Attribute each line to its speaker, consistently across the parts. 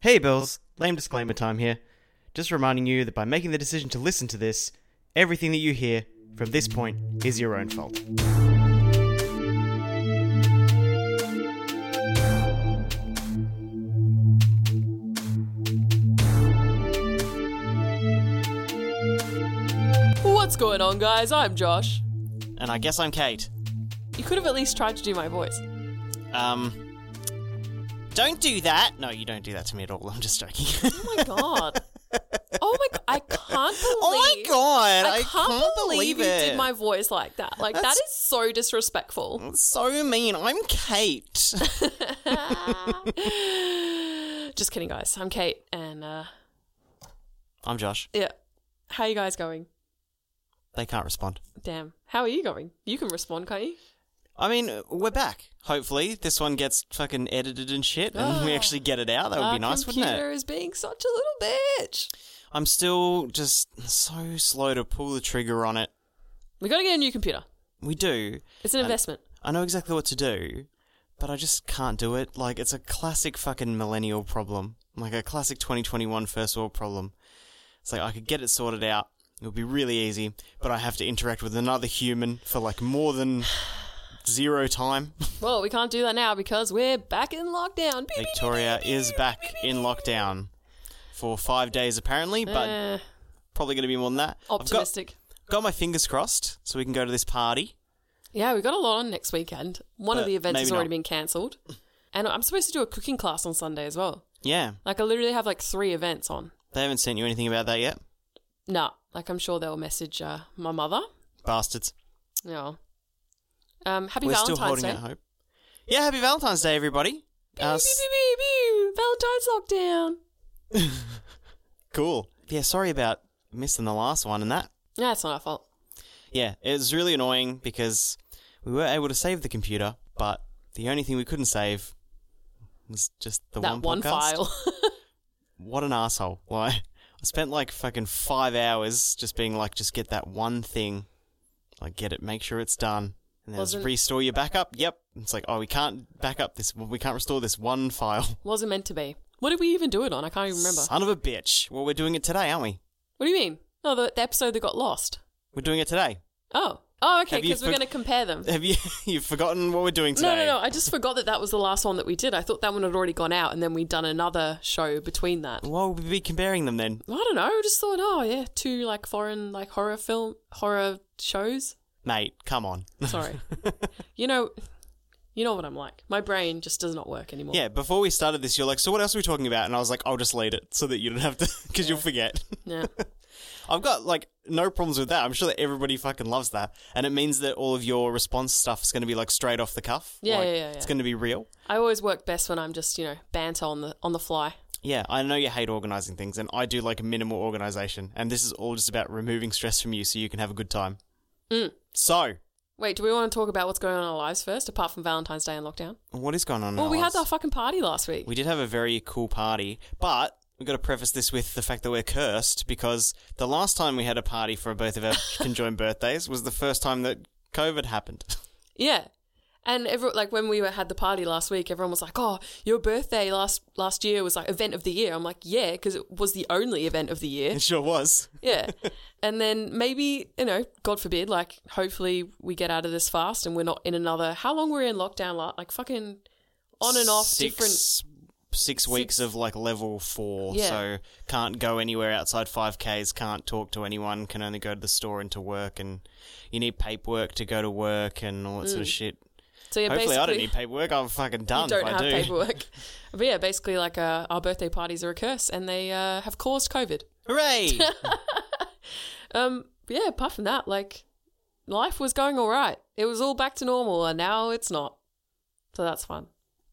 Speaker 1: Hey, Bills, lame disclaimer time here. Just reminding you that by making the decision to listen to this, everything that you hear from this point is your own fault.
Speaker 2: What's going on, guys? I'm Josh.
Speaker 1: And I guess I'm Kate.
Speaker 2: You could have at least tried to do my voice.
Speaker 1: Um, don't do that. No, you don't do that to me at all. I'm just joking.
Speaker 2: Oh my god. oh my god. I can't believe.
Speaker 1: oh my god!
Speaker 2: I can't, believe, you
Speaker 1: it.
Speaker 2: did my voice like that. Like that
Speaker 1: That's-
Speaker 2: is so disrespectful.
Speaker 1: so mean. I'm Kate.
Speaker 2: Just kidding, guys. I'm Kate, and uh,
Speaker 1: I'm Josh.
Speaker 2: yeah. How you guys going?
Speaker 1: They can't respond.
Speaker 2: Damn. How are you going? You can respond, can't you?
Speaker 1: I mean, we're back. Hopefully, this one gets fucking edited and shit, and we actually get it out. That would
Speaker 2: Our
Speaker 1: be nice,
Speaker 2: computer
Speaker 1: wouldn't it?
Speaker 2: is being such a little bitch.
Speaker 1: I'm still just so slow to pull the trigger on it.
Speaker 2: We gotta get a new computer.
Speaker 1: We do.
Speaker 2: It's an investment.
Speaker 1: I know exactly what to do, but I just can't do it. Like, it's a classic fucking millennial problem. Like, a classic 2021 first world problem. It's like, I could get it sorted out. It would be really easy, but I have to interact with another human for like more than zero time.
Speaker 2: Well, we can't do that now because we're back in lockdown. Beep, beep,
Speaker 1: Victoria is back in lockdown for five days, apparently, but
Speaker 2: Eh,
Speaker 1: probably going to be more than that. I've got,
Speaker 2: optimistic.
Speaker 1: got my fingers crossed so we can go to this party.
Speaker 2: Yeah, we've got a lot on next weekend. One
Speaker 1: But
Speaker 2: of the events has
Speaker 1: maybe
Speaker 2: already
Speaker 1: not.
Speaker 2: been cancelled. And I'm supposed to do a cooking class on Sunday as well.
Speaker 1: Yeah.
Speaker 2: Like, I literally have like three events on.
Speaker 1: They haven't sent you anything about that yet,
Speaker 2: Nah, like, I'm sure they'll message uh, my mother.
Speaker 1: bastards.
Speaker 2: Yeah. Um, happy
Speaker 1: We're still holding
Speaker 2: Valentine's Day.
Speaker 1: out hope. Yeah, happy Valentine's Day, everybody.
Speaker 2: Pew,
Speaker 1: Uh,
Speaker 2: pew,
Speaker 1: s-
Speaker 2: pew, pew, pew. Valentine's lockdown.
Speaker 1: cool. Yeah, sorry about missing the last one and that.
Speaker 2: Yeah, it's not our fault.
Speaker 1: Yeah, it was really annoying because we were able to save the computer, but the only thing we couldn't save was just the
Speaker 2: that
Speaker 1: one
Speaker 2: one,
Speaker 1: podcast.
Speaker 2: file.
Speaker 1: What an asshole! Like, I spent like fucking five hours just being like, just get that one thing, like get it, make sure it's done, and then just
Speaker 2: Wasn't-
Speaker 1: restore your backup. Yep. It's like, oh, we can't back up this. We can't restore this one file.
Speaker 2: Wasn't meant to be. What did we even do it on? I can't even remember.
Speaker 1: Son of a bitch. Well, we're doing it today, aren't we?
Speaker 2: What do you mean? No, the, the episode that got lost.
Speaker 1: We're doing it today.
Speaker 2: Oh. Oh, okay,
Speaker 1: Have you
Speaker 2: because we're
Speaker 1: for-
Speaker 2: going to compare them.
Speaker 1: Have you you've forgotten what we're doing today?
Speaker 2: No, no, no. I just forgot that that was the last one that we did. I thought that one had already gone out, and then we'd done another show between that.
Speaker 1: Why would we be comparing them then?
Speaker 2: I don't know. I just thought, oh yeah, two like foreign like horror film horror shows.
Speaker 1: Mate, come on.
Speaker 2: Sorry, you know, you know what I'm like. My brain just does not work anymore.
Speaker 1: Yeah, before we started this, you're like, so what else are we talking about? And I was like, I'll just lead it so that you don't have to, because you'll forget.
Speaker 2: Yeah.
Speaker 1: I've got like no problems with that. I'm sure that everybody fucking loves that, and it means that all of your response stuff is going to be like straight off the cuff.
Speaker 2: Yeah,
Speaker 1: Like,
Speaker 2: yeah, yeah,
Speaker 1: It's
Speaker 2: yeah.
Speaker 1: going to be real.
Speaker 2: I always work best when I'm just you know banter on the on the fly.
Speaker 1: Yeah, I know you hate organizing things, and I do like minimal organization, and this is all just about removing stress from you so you can have a good time.
Speaker 2: Mm.
Speaker 1: So,
Speaker 2: Wait, do we want to talk about what's going on in our lives first, apart from Valentine's Day and lockdown?
Speaker 1: what is going on? in
Speaker 2: Well,
Speaker 1: our
Speaker 2: we
Speaker 1: lives?
Speaker 2: had our fucking party last week.
Speaker 1: We did have a very cool party, but we've got to preface this with the fact that we're cursed because the last time we had a party for both of our conjoined birthdays was the first time that COVID happened.
Speaker 2: Yeah. And every, like when we were, had the party last week, everyone was like, "Oh, your birthday last last year was like event of the year." I'm like, "Yeah," because it was the only event of the year.
Speaker 1: It sure was.
Speaker 2: Yeah. and then maybe you know, God forbid, like hopefully we get out of this fast and we're not in another. How long were we in lockdown? la- Like fucking on and off,
Speaker 1: Six-
Speaker 2: different.
Speaker 1: Six weeks of like level four,
Speaker 2: Yeah.
Speaker 1: so can't go anywhere outside 5Ks, can't talk to anyone, can only go to the store and to work, and you need paperwork to go to work and all that sort of shit.
Speaker 2: So Mm. yeah,
Speaker 1: Hopefully,
Speaker 2: basically,
Speaker 1: I don't need paperwork. I'm fucking done
Speaker 2: you don't
Speaker 1: if I
Speaker 2: have
Speaker 1: do.
Speaker 2: paperwork. but yeah, basically, like uh, our birthday parties are a curse, and they uh, have caused COVID.
Speaker 1: Hooray!
Speaker 2: Um, but yeah, apart from that, like life was going all right. It was all back to normal, and now it's not. So that's fun.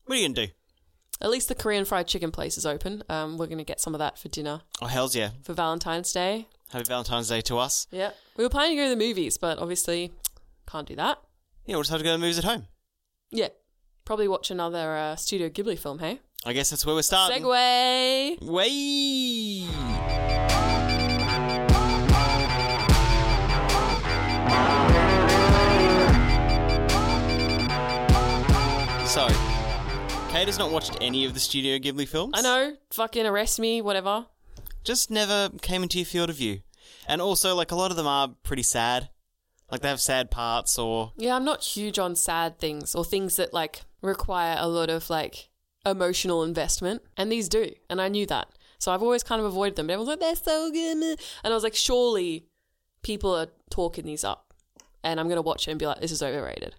Speaker 1: what are you going to do?
Speaker 2: At least the Korean fried chicken place is open. Um, we're gonna get some of that for dinner
Speaker 1: Oh, hell's yeah.
Speaker 2: for Valentine's Day.
Speaker 1: Happy Valentine's Day to us.
Speaker 2: Yeah, we were planning to go to the movies, but obviously can't do that.
Speaker 1: Yeah, we'll just have to go to the movies at home.
Speaker 2: Yeah, probably watch another uh, Studio Ghibli film. Hey,
Speaker 1: I guess that's where we're starting.
Speaker 2: segue.
Speaker 1: Way. So, Kata's not watched any of the Studio Ghibli films.
Speaker 2: I know. Fucking arrest me, whatever.
Speaker 1: Just never came into your field of view. And also, like, a lot of them are pretty sad. Like, they have sad parts or.
Speaker 2: Yeah, I'm not huge on sad things or things that like require a lot of like emotional investment, and these do, and I knew that. So I've always kind of avoided them. But everyone's like, they're so good, meh." and I was like, surely people are talking these up, and I'm gonna watch it and be like, this is overrated.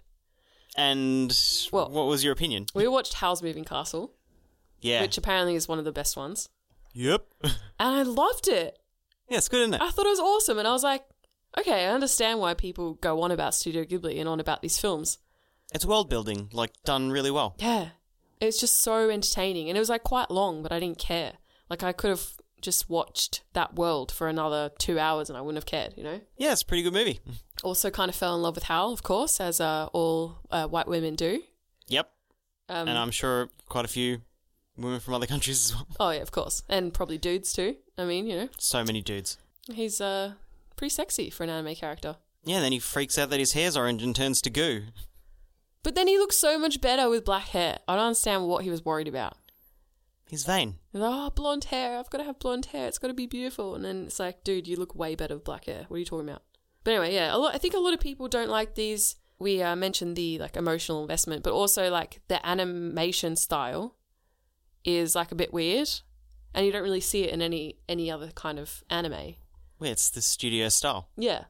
Speaker 1: And
Speaker 2: Well-
Speaker 1: what was your opinion?
Speaker 2: We watched Howl's Moving Castle,
Speaker 1: Yeah.
Speaker 2: which apparently is one of the best ones,
Speaker 1: Yep. yeah,
Speaker 2: and I loved it.
Speaker 1: it's good, isn't it?
Speaker 2: I thought it was awesome, and I was like, okay, I understand why people go on about Studio Ghibli and on about these films.
Speaker 1: It's world building, like, done really well.
Speaker 2: Yeah. It was just so entertaining. And it was like quite long, but I didn't care. Like I could have just watched that world for another two hours and I wouldn't have cared, you know?
Speaker 1: Yeah, it's a pretty good movie.
Speaker 2: Mm. Also kind of fell in love with Hal, of course, as uh, all uh, white women do.
Speaker 1: Yep.
Speaker 2: Um,
Speaker 1: and I'm sure quite a few women from other countries as well.
Speaker 2: oh, yeah, of course. And probably dudes too. I mean, you know,
Speaker 1: So many dudes.
Speaker 2: he's uh, pretty sexy for an anime character.
Speaker 1: Yeah, and then he freaks out that his hair's orange and turns to goo.
Speaker 2: But then he looks so much better with black hair. I don't understand what he was worried about.
Speaker 1: He's vain.
Speaker 2: He's like, oh, blonde hair. I've got to have blonde hair. It's got to be beautiful. And then it's like, dude, you look way better with black hair. What are you talking about? But anyway, yeah, a lot. I think a lot of people don't like these. We uh, mentioned the like emotional investment, but also like the animation style is like a bit weird, and you don't really see it in any any other kind of anime.
Speaker 1: Well, it's the studio style.
Speaker 2: Yeah.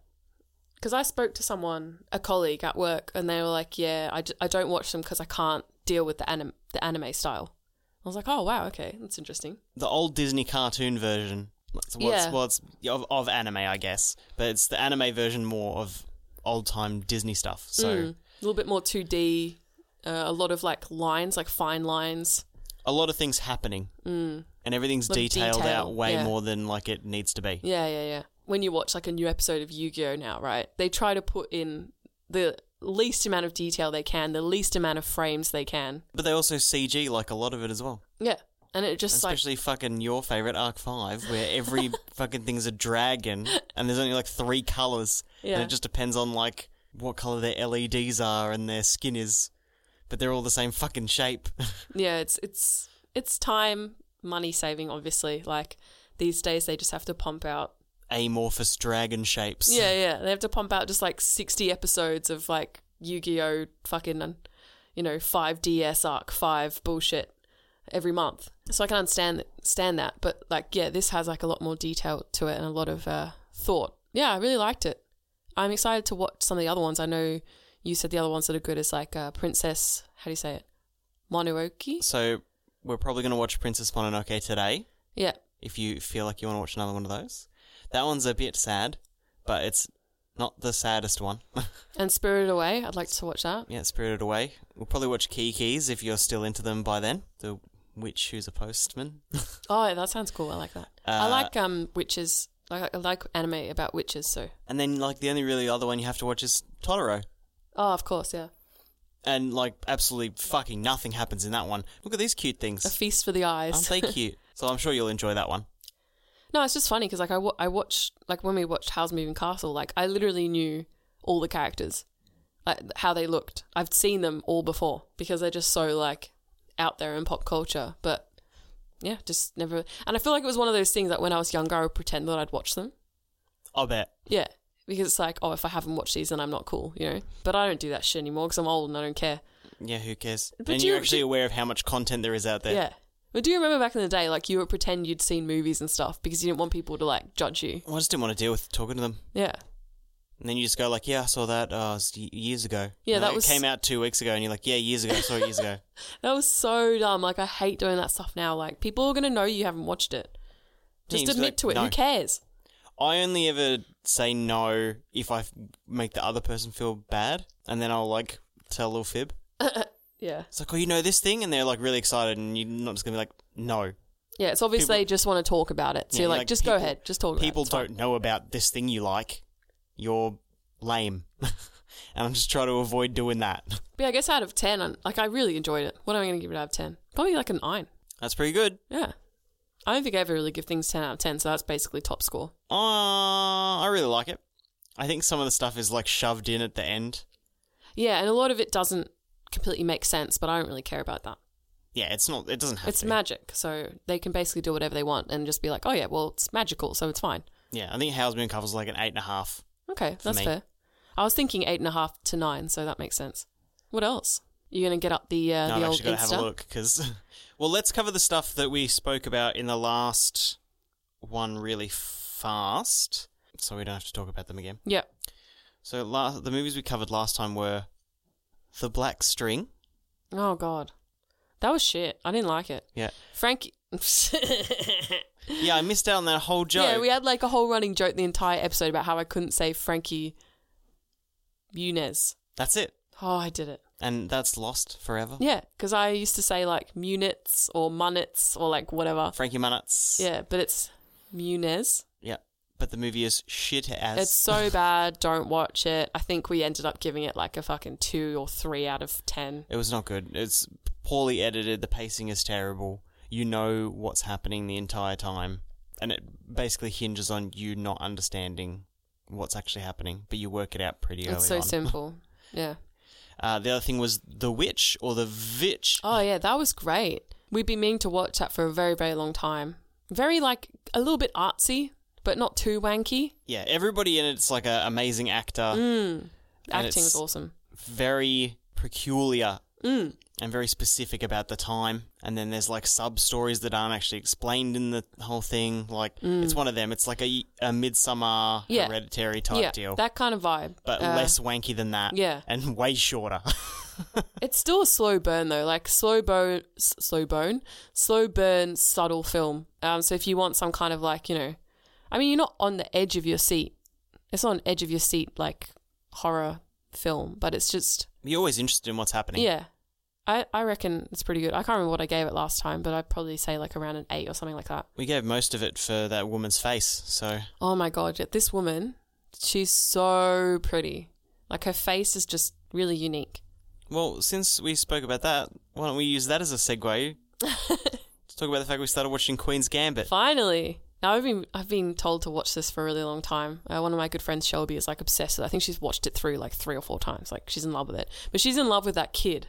Speaker 2: Because I spoke to someone, a colleague at work, and they were like, yeah, I, d- I don't watch them because I can't deal with the, anim- the anime style. I was like, oh, wow, okay, that's interesting.
Speaker 1: The old Disney cartoon version. What's, what's,
Speaker 2: Yeah.
Speaker 1: what's of, of anime, I guess. But it's the anime version more of old time Disney stuff. So
Speaker 2: Mm. a little bit more 2D, uh, a lot of like lines, like fine lines.
Speaker 1: a lot of things happening.
Speaker 2: Mm.
Speaker 1: And everything's
Speaker 2: Lot of
Speaker 1: detailed
Speaker 2: detail,
Speaker 1: out way
Speaker 2: yeah.
Speaker 1: more than like it needs to be.
Speaker 2: Yeah, yeah, yeah. When you watch like a new episode of Yu Gi Oh now, right? They try to put in the least amount of detail they can, the least amount of frames they can.
Speaker 1: But they also CG like a lot of it as well.
Speaker 2: Yeah. And it just like,
Speaker 1: Especially fucking your favorite Arc Five, where every fucking thing's a dragon, and there's only like three colors,
Speaker 2: Yeah.
Speaker 1: and it just depends on like what color their LEDs are and their skin is, but they're all the same fucking shape.
Speaker 2: yeah, it's it's it's time, money saving, obviously. Like these days, they just have to pump out.
Speaker 1: Amorphous dragon shapes.
Speaker 2: Yeah, yeah. They have to pump out just like sixty episodes of like Yu Gi Oh fucking, you know, five DS arc five bullshit every month. So I can understand stand that, but like yeah, this has like a lot more detail to it and a lot of uh, thought. Yeah, I really liked it. I'm excited to watch some of the other ones. I know you said the other ones that are good is like uh, Princess. How do you say it? Mononoke.
Speaker 1: So we're probably gonna watch Princess Mononoke today.
Speaker 2: Yeah.
Speaker 1: If you feel like you want to watch another one of those, that one's a bit sad, but it's not the saddest one.
Speaker 2: And Spirited Away, I'd like to watch that.
Speaker 1: Yeah, Spirited Away. We'll probably watch Key Keys if you're still into them by then. The witch who's a postman.
Speaker 2: Oh, yeah, that sounds cool. I like that. I like um witches. Like I like anime about witches. So
Speaker 1: And then like the only really other one you have to watch is Totoro.
Speaker 2: oh, of course, yeah,
Speaker 1: And like absolutely fucking nothing happens in that one. Look at these cute
Speaker 2: a
Speaker 1: things.
Speaker 2: feast for the eyes.
Speaker 1: Aren't they cute? So I'm sure you'll enjoy that one.
Speaker 2: no, it's just funny because like I wa- I watched like when we watched How's Moving Castle, like I literally knew all the characters, like how they looked. I've seen them all before because they're just so like out there in pop culture. But yeah, just never. And I feel like it was one of those things that when I was younger, I would pretend that I'd watch them.
Speaker 1: I'll bet.
Speaker 2: Yeah. Because it's like, oh, if I haven't watched these, then I'm not cool, you know? But I don't do that shit anymore because I'm old and I don't care.
Speaker 1: Yeah, who cares?
Speaker 2: But
Speaker 1: and
Speaker 2: you-
Speaker 1: you're actually aware of how much content there is out there.
Speaker 2: Yeah. But do you remember back in the day, like, you would pretend you'd seen movies and stuff because you didn't want people to, like, judge you?
Speaker 1: I just didn't want to deal with talking to them.
Speaker 2: Yeah.
Speaker 1: And then you just go like, yeah, I saw that uh, s- y- years ago.
Speaker 2: Yeah,
Speaker 1: And,
Speaker 2: that
Speaker 1: like,
Speaker 2: was-
Speaker 1: It came out two weeks ago, and you're like, yeah, years ago, I saw it years ago.
Speaker 2: That was so dumb. Like, I hate doing that stuff now. Like, people are going to know you haven't watched it.
Speaker 1: Yeah, you
Speaker 2: Just
Speaker 1: just be
Speaker 2: admit
Speaker 1: like,
Speaker 2: to it. Who
Speaker 1: "No."
Speaker 2: cares?
Speaker 1: I only ever say no if I f- make the other person feel bad, and then I'll like tell a little fib.
Speaker 2: Yeah.
Speaker 1: It's like, oh, you know this thing, and they're like really excited, and you're not just gonna be like, no.
Speaker 2: Yeah. It's obvious
Speaker 1: People-
Speaker 2: they just want to talk about it. So
Speaker 1: Yeah,
Speaker 2: you're like,
Speaker 1: like,
Speaker 2: just go
Speaker 1: people-
Speaker 2: ahead. Just talk about
Speaker 1: People
Speaker 2: it. It's fine."
Speaker 1: don't know about this thing you like. You're lame, and I'm just trying to avoid doing that.
Speaker 2: But yeah, I guess out of 10, I'm, like, I really enjoyed it. What am I going to give it out of 10? Probably like a 9.
Speaker 1: That's pretty good.
Speaker 2: Yeah. I don't think I ever really give things 10 out of 10, so that's basically top score.
Speaker 1: Uh, I really like it. I think some of the stuff is like shoved in at the end.
Speaker 2: Yeah, and a lot of it doesn't completely make sense, but I don't really care about that.
Speaker 1: Yeah, it's not. It doesn't have
Speaker 2: It's
Speaker 1: to.
Speaker 2: magic, so they can basically do whatever they want and just be like, oh yeah, well it's magical, so it's fine.
Speaker 1: yeah, I think Howl's Moon Cover's like an eight and a half.
Speaker 2: Okay, that's
Speaker 1: me.
Speaker 2: fair. I was thinking eight and a half to nine, so that makes sense. What else? You're gonna get up the
Speaker 1: No,
Speaker 2: uh, the
Speaker 1: I've
Speaker 2: old
Speaker 1: actually got to have
Speaker 2: Insta?
Speaker 1: a look because, well, let's cover the stuff that we spoke about in the last one really fast, so we don't have to talk about them again.
Speaker 2: Yeah.
Speaker 1: So la- the movies we covered last time were The Black String.
Speaker 2: Oh god, that was shit. I didn't like it.
Speaker 1: Yeah,
Speaker 2: Frankie.
Speaker 1: yeah, I missed out on that whole joke.
Speaker 2: Yeah, we had like a whole running joke the entire episode about how I couldn't say Frankie Muniz.
Speaker 1: that's it,
Speaker 2: Oh, I did it.
Speaker 1: and that's lost forever.
Speaker 2: Yeah, because I used to say like Munitz or Munitz or like whatever.
Speaker 1: Frankie Munitz.
Speaker 2: Yeah, but it's Muniz.
Speaker 1: yeah, but the movie is shit as.
Speaker 2: It's so bad. Don't watch it. I think we ended up giving it like a fucking two or three out of ten.
Speaker 1: It was not good. It's poorly edited. The pacing is terrible. You know what's happening the entire time, and it basically hinges on you not understanding what's actually happening. But you work it out pretty early
Speaker 2: It's so
Speaker 1: on.
Speaker 2: simple. Yeah.
Speaker 1: Uh, the other thing was the witch or the vitch.
Speaker 2: Oh yeah, that was great. We've been meaning to watch that for a very, very long time. Very like a little bit artsy, but not too wanky.
Speaker 1: Yeah, everybody in it's like an amazing actor,
Speaker 2: Mm.
Speaker 1: And
Speaker 2: Acting was
Speaker 1: it's-
Speaker 2: awesome.
Speaker 1: very peculiar.
Speaker 2: Mm.
Speaker 1: And very specific about the time, and then there's like sub stories that aren't actually explained in the whole thing. Like it's one of them. It's like a, a midsummer
Speaker 2: Mm. Yeah.
Speaker 1: hereditary type
Speaker 2: Yeah,
Speaker 1: deal.
Speaker 2: that kind of vibe.
Speaker 1: but
Speaker 2: Uh,
Speaker 1: less wanky than that.
Speaker 2: yeah.
Speaker 1: And way shorter.
Speaker 2: It's still a slow burn though, like slow bone, s- slow bone, slow burn, subtle film. Um, so if you want some kind of like, you know, I mean, you're not on the edge of your seat. It's not on edge of your seat like horror film, but it's just
Speaker 1: You're always interested in what's happening.
Speaker 2: yeah. I, I reckon it's pretty good. I can't remember what I gave it last time, but I'd probably say like around an eight or something like that.
Speaker 1: We gave most of it for that woman's face, so
Speaker 2: Oh my god, this woman, she's so pretty. Like her face is just really unique.
Speaker 1: well, since we spoke about that, why don't we use that as a segue? Let's talk about the fact we started watching Queen's Gambit.
Speaker 2: Finally. Now I've been I've been told to watch this for a really long time. Uh, one of my good friends Shelby is like obsessed with. it. I think she's watched it through like three or four times. Like she's in love with it. But she's in love with that kid.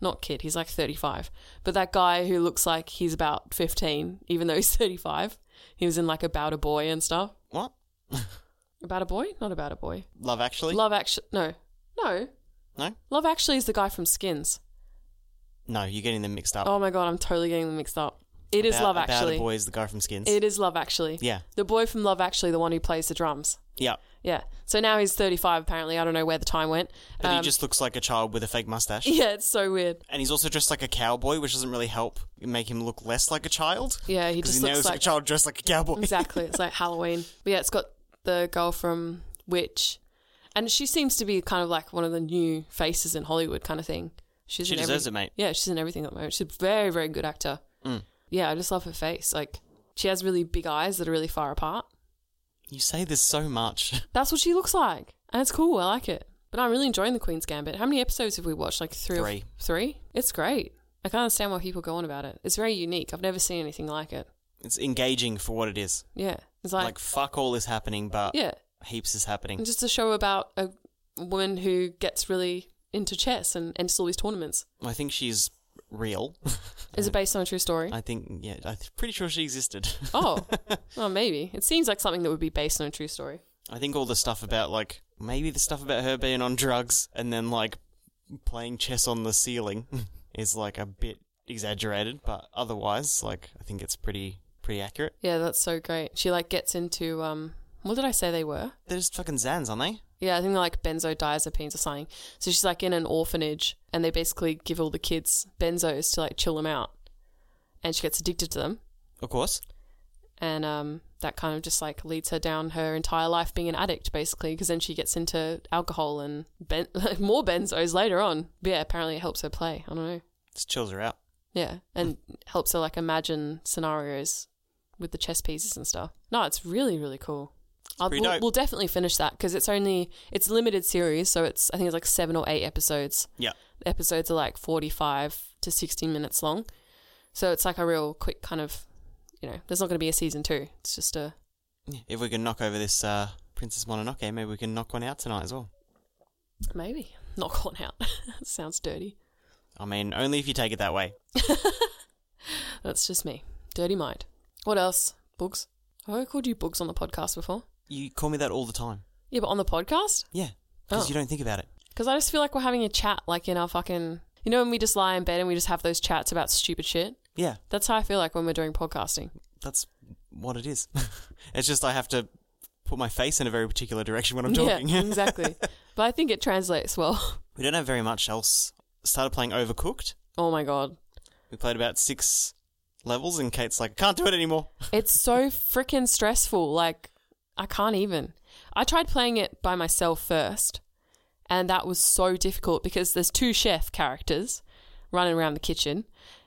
Speaker 2: Not kid, he's like 35. But that guy who looks like he's about 15 even though he's 35. He was in like About a Boy and stuff.
Speaker 1: What?
Speaker 2: About a Boy? Not About a Boy.
Speaker 1: Love Actually?
Speaker 2: Love Actually No. No.
Speaker 1: no?
Speaker 2: Love Actually is the guy from Skins.
Speaker 1: No, you're getting them mixed up.
Speaker 2: Oh my god, I'm totally getting them mixed up. It is
Speaker 1: About-
Speaker 2: Love
Speaker 1: About
Speaker 2: Actually.
Speaker 1: a boy is the guy from Skins.
Speaker 2: It is Love Actually.
Speaker 1: yeah.
Speaker 2: The boy from Love Actually, the one who plays the drums.
Speaker 1: Yeah.
Speaker 2: Yeah. So now he's 35, apparently. I don't know where the time went.
Speaker 1: But he
Speaker 2: Um,
Speaker 1: just looks like a child with a fake mustache.
Speaker 2: yeah, it's so weird.
Speaker 1: and he's also dressed like a cowboy, which doesn't really help make him look less like a child.
Speaker 2: Yeah, he
Speaker 1: 'Cause
Speaker 2: just
Speaker 1: he
Speaker 2: looks
Speaker 1: knows
Speaker 2: like.
Speaker 1: a child dressed like a cowboy.
Speaker 2: exactly. It's like Halloween. But yeah, it's got the girl from Witch. And she seems to be kind of like one of the new faces in Hollywood kind of thing. She's
Speaker 1: She
Speaker 2: in
Speaker 1: deserves Mm. it,
Speaker 2: every-
Speaker 1: mate.
Speaker 2: Yeah, she's in everything at the moment. She's a very, very good actor. Yeah, I just love her face. Like, she has really big eyes that are really far apart.
Speaker 1: You say this so much.
Speaker 2: That's what she looks like. And it's cool. I like it. But I'm really enjoying The Queen's Gambit. How many episodes have we watched? Like three? or-
Speaker 1: Three.
Speaker 2: three? It's great. I can't understand why people go on about it. It's very unique. I've never seen anything like it.
Speaker 1: It's engaging for what it is.
Speaker 2: Yeah. It's
Speaker 1: Like,
Speaker 2: like,
Speaker 1: fuck all is happening, but
Speaker 2: yeah.
Speaker 1: heaps is happening.
Speaker 2: And just a show about a woman who gets really into chess and enters all these tournaments.
Speaker 1: I think she's real.
Speaker 2: Is it based on a true story?
Speaker 1: I think, yeah, I'm pretty sure she existed.
Speaker 2: oh. Well, maybe. It seems like something that would be based on a true story.
Speaker 1: I think all the stuff about, like, maybe the stuff about her being on drugs and then, like, playing chess on the ceiling is, like, a bit exaggerated, but otherwise, like, I think it's pretty, pretty accurate.
Speaker 2: Yeah, that's so great. She like gets into um what did I say they were?
Speaker 1: They're just fucking Zans, aren't they?
Speaker 2: Yeah, I think they're like benzodiazepines or something. So she's like in an orphanage and they basically give all the kids benzos to like chill them out. And she gets addicted to them.
Speaker 1: Of course.
Speaker 2: And um, that kind of just like leads her down her entire life being an addict, basically, because then she gets into alcohol and ben- more benzos later on. But yeah, apparently it helps her play. I don't know.
Speaker 1: Just chills her out.
Speaker 2: Yeah, and helps her like imagine scenarios with the chess pieces and stuff. No, it's really really cool. I'll,
Speaker 1: pretty
Speaker 2: we'll,
Speaker 1: dope.
Speaker 2: we'll definitely finish that because it's only it's a limited series, so it's I think it's like seven or eight episodes.
Speaker 1: Yeah.
Speaker 2: The episodes are like forty five to sixty minutes long, so it's like a real quick kind of, you know, there's not going to be a season two. It's just a
Speaker 1: If we can knock over this uh, Princess Mononoke, maybe we can knock one out tonight as well.
Speaker 2: maybe not gone out. Sounds dirty.
Speaker 1: I mean, only if you take it that way.
Speaker 2: That's just me. Dirty mind. What else? Books. Have I called you Books on the podcast before?
Speaker 1: You call me that all the time.
Speaker 2: Yeah, but on the podcast?
Speaker 1: Yeah, because
Speaker 2: Oh.
Speaker 1: you don't think about it.
Speaker 2: Because I just feel like we're having a chat, like in our fucking. You know, when we just lie in bed and we just have those chats about stupid shit?
Speaker 1: Yeah,
Speaker 2: That's how I feel like when we're doing podcasting.
Speaker 1: that's what it is. it's just I have to put my face in a very particular direction when I'm talking.
Speaker 2: Yeah, exactly. but I think it translates well.
Speaker 1: we don't have very much else. Started playing Overcooked.
Speaker 2: Oh my God.
Speaker 1: We played about six levels, and Kate's like, "Can't do it anymore."
Speaker 2: It's so freaking stressful. Like, I can't even. I tried playing it by myself first, and that was so difficult because there's two chef characters running around the kitchen.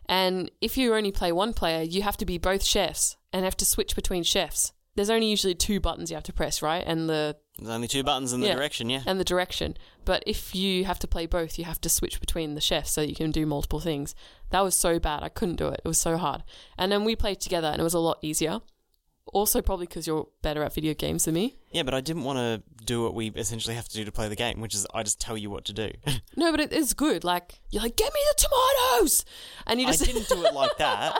Speaker 2: And if you only play one player, you have to be both chefs and have to switch between chefs. There's only usually two buttons you have to press, right? And the
Speaker 1: There's only two buttons in the
Speaker 2: Yeah.
Speaker 1: direction. Yeah,
Speaker 2: and the direction. But if you have to play both, you have to switch between the chefs so you can do multiple things. That was so bad. I couldn't do it. It was so hard. And then we played together and it was a lot easier. Also, probably because you're better at video games than me.
Speaker 1: yeah, but I didn't want to do what we essentially have to do to play the game, which is I just tell you what to do.
Speaker 2: No, but it is good. Like, you're like, get me the tomatoes! And you
Speaker 1: I
Speaker 2: just.
Speaker 1: didn't do it like that.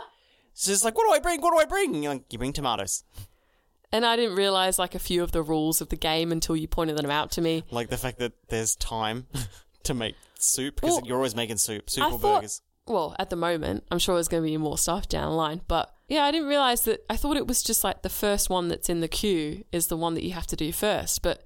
Speaker 1: So it's like, what do I bring? What do I bring? And you're like, you bring tomatoes.
Speaker 2: and I didn't realize, like, a few of the rules of the game until you pointed them out to me.
Speaker 1: Like the fact that there's time to make soup because
Speaker 2: Well,
Speaker 1: you're always making soup, soup
Speaker 2: I
Speaker 1: or
Speaker 2: thought-
Speaker 1: burgers.
Speaker 2: well, at the moment, I'm sure there's going to be more stuff down the line. But yeah, I didn't realize that. I thought it was just like the first one that's in the queue is the one that you have to do first. But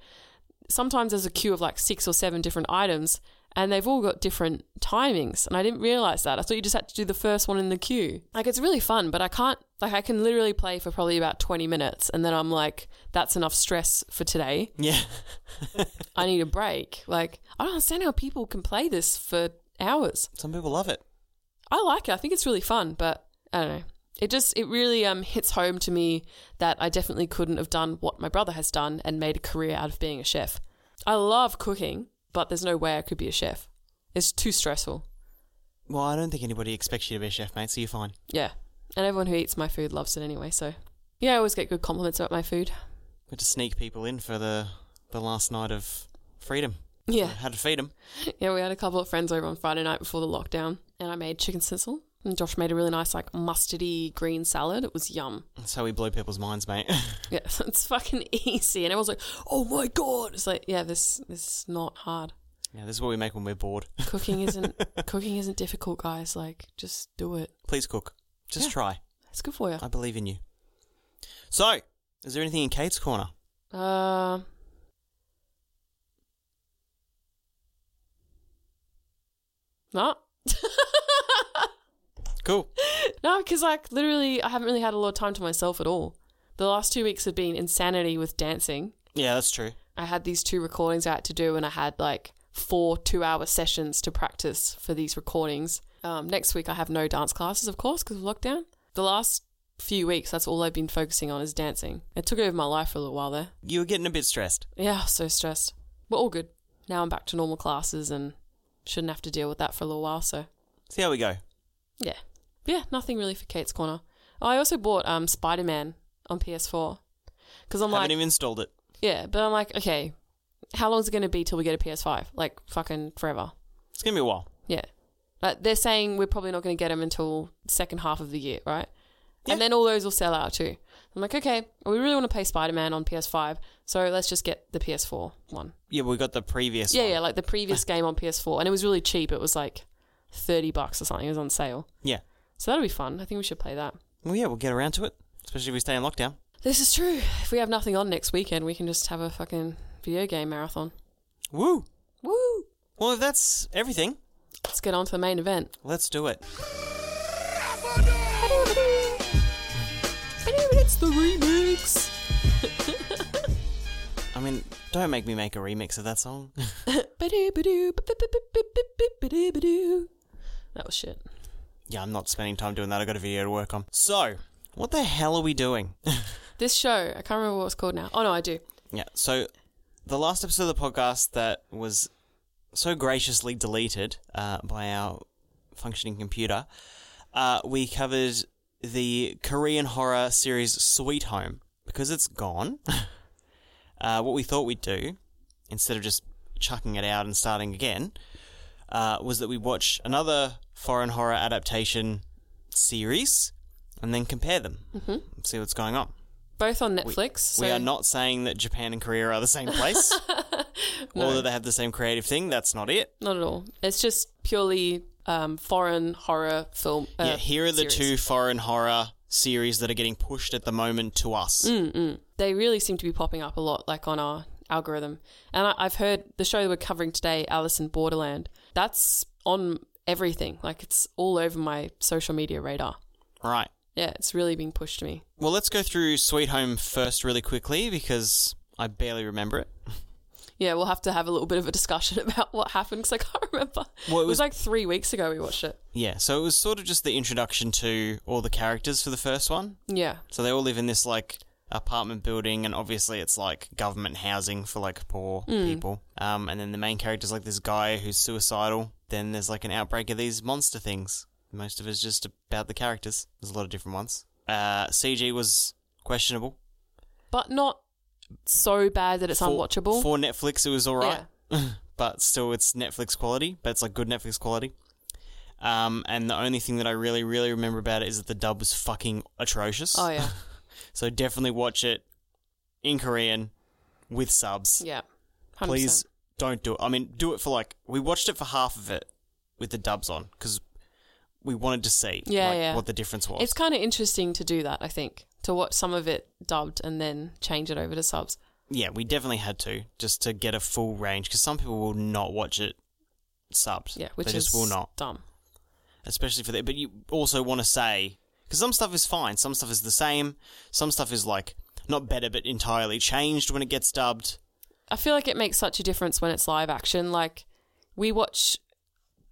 Speaker 2: sometimes there's a queue of like six or seven different items and they've all got different timings. And I didn't realize that. I thought you just had to do the first one in the queue. Like it's really fun, but I can't, like, I can literally play for probably about 20 minutes and then I'm like, that's enough stress for today.
Speaker 1: Yeah,
Speaker 2: I need a break. Like, I don't understand how people can play this for hours.
Speaker 1: some people love it.
Speaker 2: I like it. I think it's really fun, but I don't know. It just it really um hits home to me that I definitely couldn't have done what my brother has done and made a career out of being a chef. I love cooking, but there's no way I could be a chef. It's too stressful.
Speaker 1: Well, I don't think anybody expects you to be a chef, mate. So you're fine.
Speaker 2: Yeah. And everyone who eats my food loves it anyway, so yeah, I always get good compliments about my food.
Speaker 1: We had to sneak people in for the the last night of freedom.
Speaker 2: Yeah.
Speaker 1: Had to feed them.
Speaker 2: Yeah, we had a couple of friends over on Friday night before the lockdown and I made chicken sizzle and Josh made a really nice like mustardy green salad. It was yum.
Speaker 1: That's how we blow people's minds, mate.
Speaker 2: Yeah, it's fucking easy. And everyone's like, oh my God. It's like, yeah, this, this is not hard.
Speaker 1: yeah, this is what we make when we're bored.
Speaker 2: Cooking isn't, cooking isn't difficult, guys. Like, just do it.
Speaker 1: Please cook. Just
Speaker 2: Yeah.
Speaker 1: try.
Speaker 2: It's good for you.
Speaker 1: I believe in you. So, is there anything in Kate's corner?
Speaker 2: Uh, no,
Speaker 1: Cool.
Speaker 2: no, because like literally, I haven't really had a lot of time to myself at all. The last two weeks have been insanity with dancing.
Speaker 1: Yeah, that's true.
Speaker 2: I had these two recordings I had to do, and I had like four two hour sessions to practice for these recordings. Um, next week, I have no dance classes, of course, because of lockdown. The last few weeks, that's all I've been focusing on is dancing. It took over my life for a little while there.
Speaker 1: You were getting a bit stressed.
Speaker 2: Yeah, I was so stressed. But all good. Now I'm back to normal classes and shouldn't have to deal with that for a little while. So,
Speaker 1: See how we go.
Speaker 2: yeah. But yeah, nothing really for Kate's Corner. Oh, I also bought um, Spider Man on PS4. Because I'm
Speaker 1: Haven't
Speaker 2: like,
Speaker 1: even installed it.
Speaker 2: yeah, but I'm like, okay, how long's it going to be till we get a PS5? Like, fucking forever.
Speaker 1: It's gonna be a while.
Speaker 2: Yeah. Like, they're saying we're probably not going to get them until second half of the year, right?
Speaker 1: Yeah.
Speaker 2: And then all those will sell out too. I'm like, okay, we really want to play Spider Man on PS5, so let's just get the PS4 one.
Speaker 1: Yeah, we got the previous.
Speaker 2: yeah,
Speaker 1: one.
Speaker 2: yeah, like the previous game on PS4, and it was really cheap. It was like thirty bucks or something. It was on sale,
Speaker 1: yeah.
Speaker 2: so that'll be fun. I think we should play that.
Speaker 1: Well, yeah, we'll get around to it, especially if we stay in lockdown.
Speaker 2: This is true. If we have nothing on next weekend, we can just have a fucking video game marathon.
Speaker 1: Woo!
Speaker 2: Woo!
Speaker 1: Well, if that's everything,
Speaker 2: Let's get on to the main event.
Speaker 1: let's do it.
Speaker 2: It's the remix.
Speaker 1: I mean, don't make me make a remix of that song.
Speaker 2: That was shit.
Speaker 1: yeah, I'm not spending time doing that. I got a video to work on. So, what the hell are we doing?
Speaker 2: This show, I can't remember what it's called now. Oh no, I do.
Speaker 1: yeah. So, the last episode of the podcast that was so graciously deleted uh, by our functioning computer, uh, we covered the Korean horror series Sweet Home because it's gone. uh, what we thought we'd do, instead of just chucking it out and starting again, uh, was that we watch another foreign horror adaptation series and then compare them, mm-hmm. see what's going on.
Speaker 2: Both on Netflix. so
Speaker 1: we are not saying that Japan and Korea are the same place or that they have the same creative thing. That's not it.
Speaker 2: Not at all. It's just purely um, foreign horror film. Uh,
Speaker 1: yeah, here are the
Speaker 2: series.
Speaker 1: two foreign horror series that are getting pushed at the moment to us.
Speaker 2: Mm. They really seem to be popping up a lot, like on our algorithm. And I, I've heard the show that we're covering today, Alice in Borderland. That's on everything. Like it's all over my social media radar.
Speaker 1: Right.
Speaker 2: Yeah, it's really being pushed to me.
Speaker 1: Well, let's go through Sweet Home first, really quickly, because I barely remember it.
Speaker 2: Yeah, we'll have to have a little bit of a discussion about what happened because I can't remember.
Speaker 1: Well, it
Speaker 2: it was
Speaker 1: was-
Speaker 2: like three weeks ago we watched it.
Speaker 1: Yeah, so it was sort of just the introduction to all the characters for the first one.
Speaker 2: Yeah.
Speaker 1: So they all live in this like apartment building, and obviously it's like government housing for like poor
Speaker 2: Hmm.
Speaker 1: people. Um, and then the main character's like this guy who's suicidal. Then there's like an outbreak of these monster things. Most of it's just about the characters. There's a lot of different ones. Uh, CG was questionable.
Speaker 2: But not so bad that it's unwatchable.
Speaker 1: For Netflix, it was all
Speaker 2: yeah.
Speaker 1: right, but still, it's Netflix quality. But it's like good Netflix quality. Um, and the only thing that I really, really remember about it is that the dub was fucking atrocious.
Speaker 2: Oh, yeah.
Speaker 1: So definitely watch it in Korean with subs.
Speaker 2: Yeah. 100%.
Speaker 1: Please don't do it. I mean, do it for like we watched it for half of it with the dubs on because we wanted to see
Speaker 2: Yeah,
Speaker 1: like,
Speaker 2: yeah.
Speaker 1: what the difference was.
Speaker 2: It's kind of interesting to do that, I think, to watch some of it dubbed and then change it over to subs.
Speaker 1: yeah, we definitely had to just to get a full range because some people will not watch it subbed.
Speaker 2: Yeah, which
Speaker 1: they
Speaker 2: is
Speaker 1: just will not,
Speaker 2: dumb.
Speaker 1: especially for that. But you also want to say because some stuff is fine, some stuff is the same, some stuff is like not better but entirely changed when it gets dubbed.
Speaker 2: I feel like it makes such a difference when it's live action. Like, we watch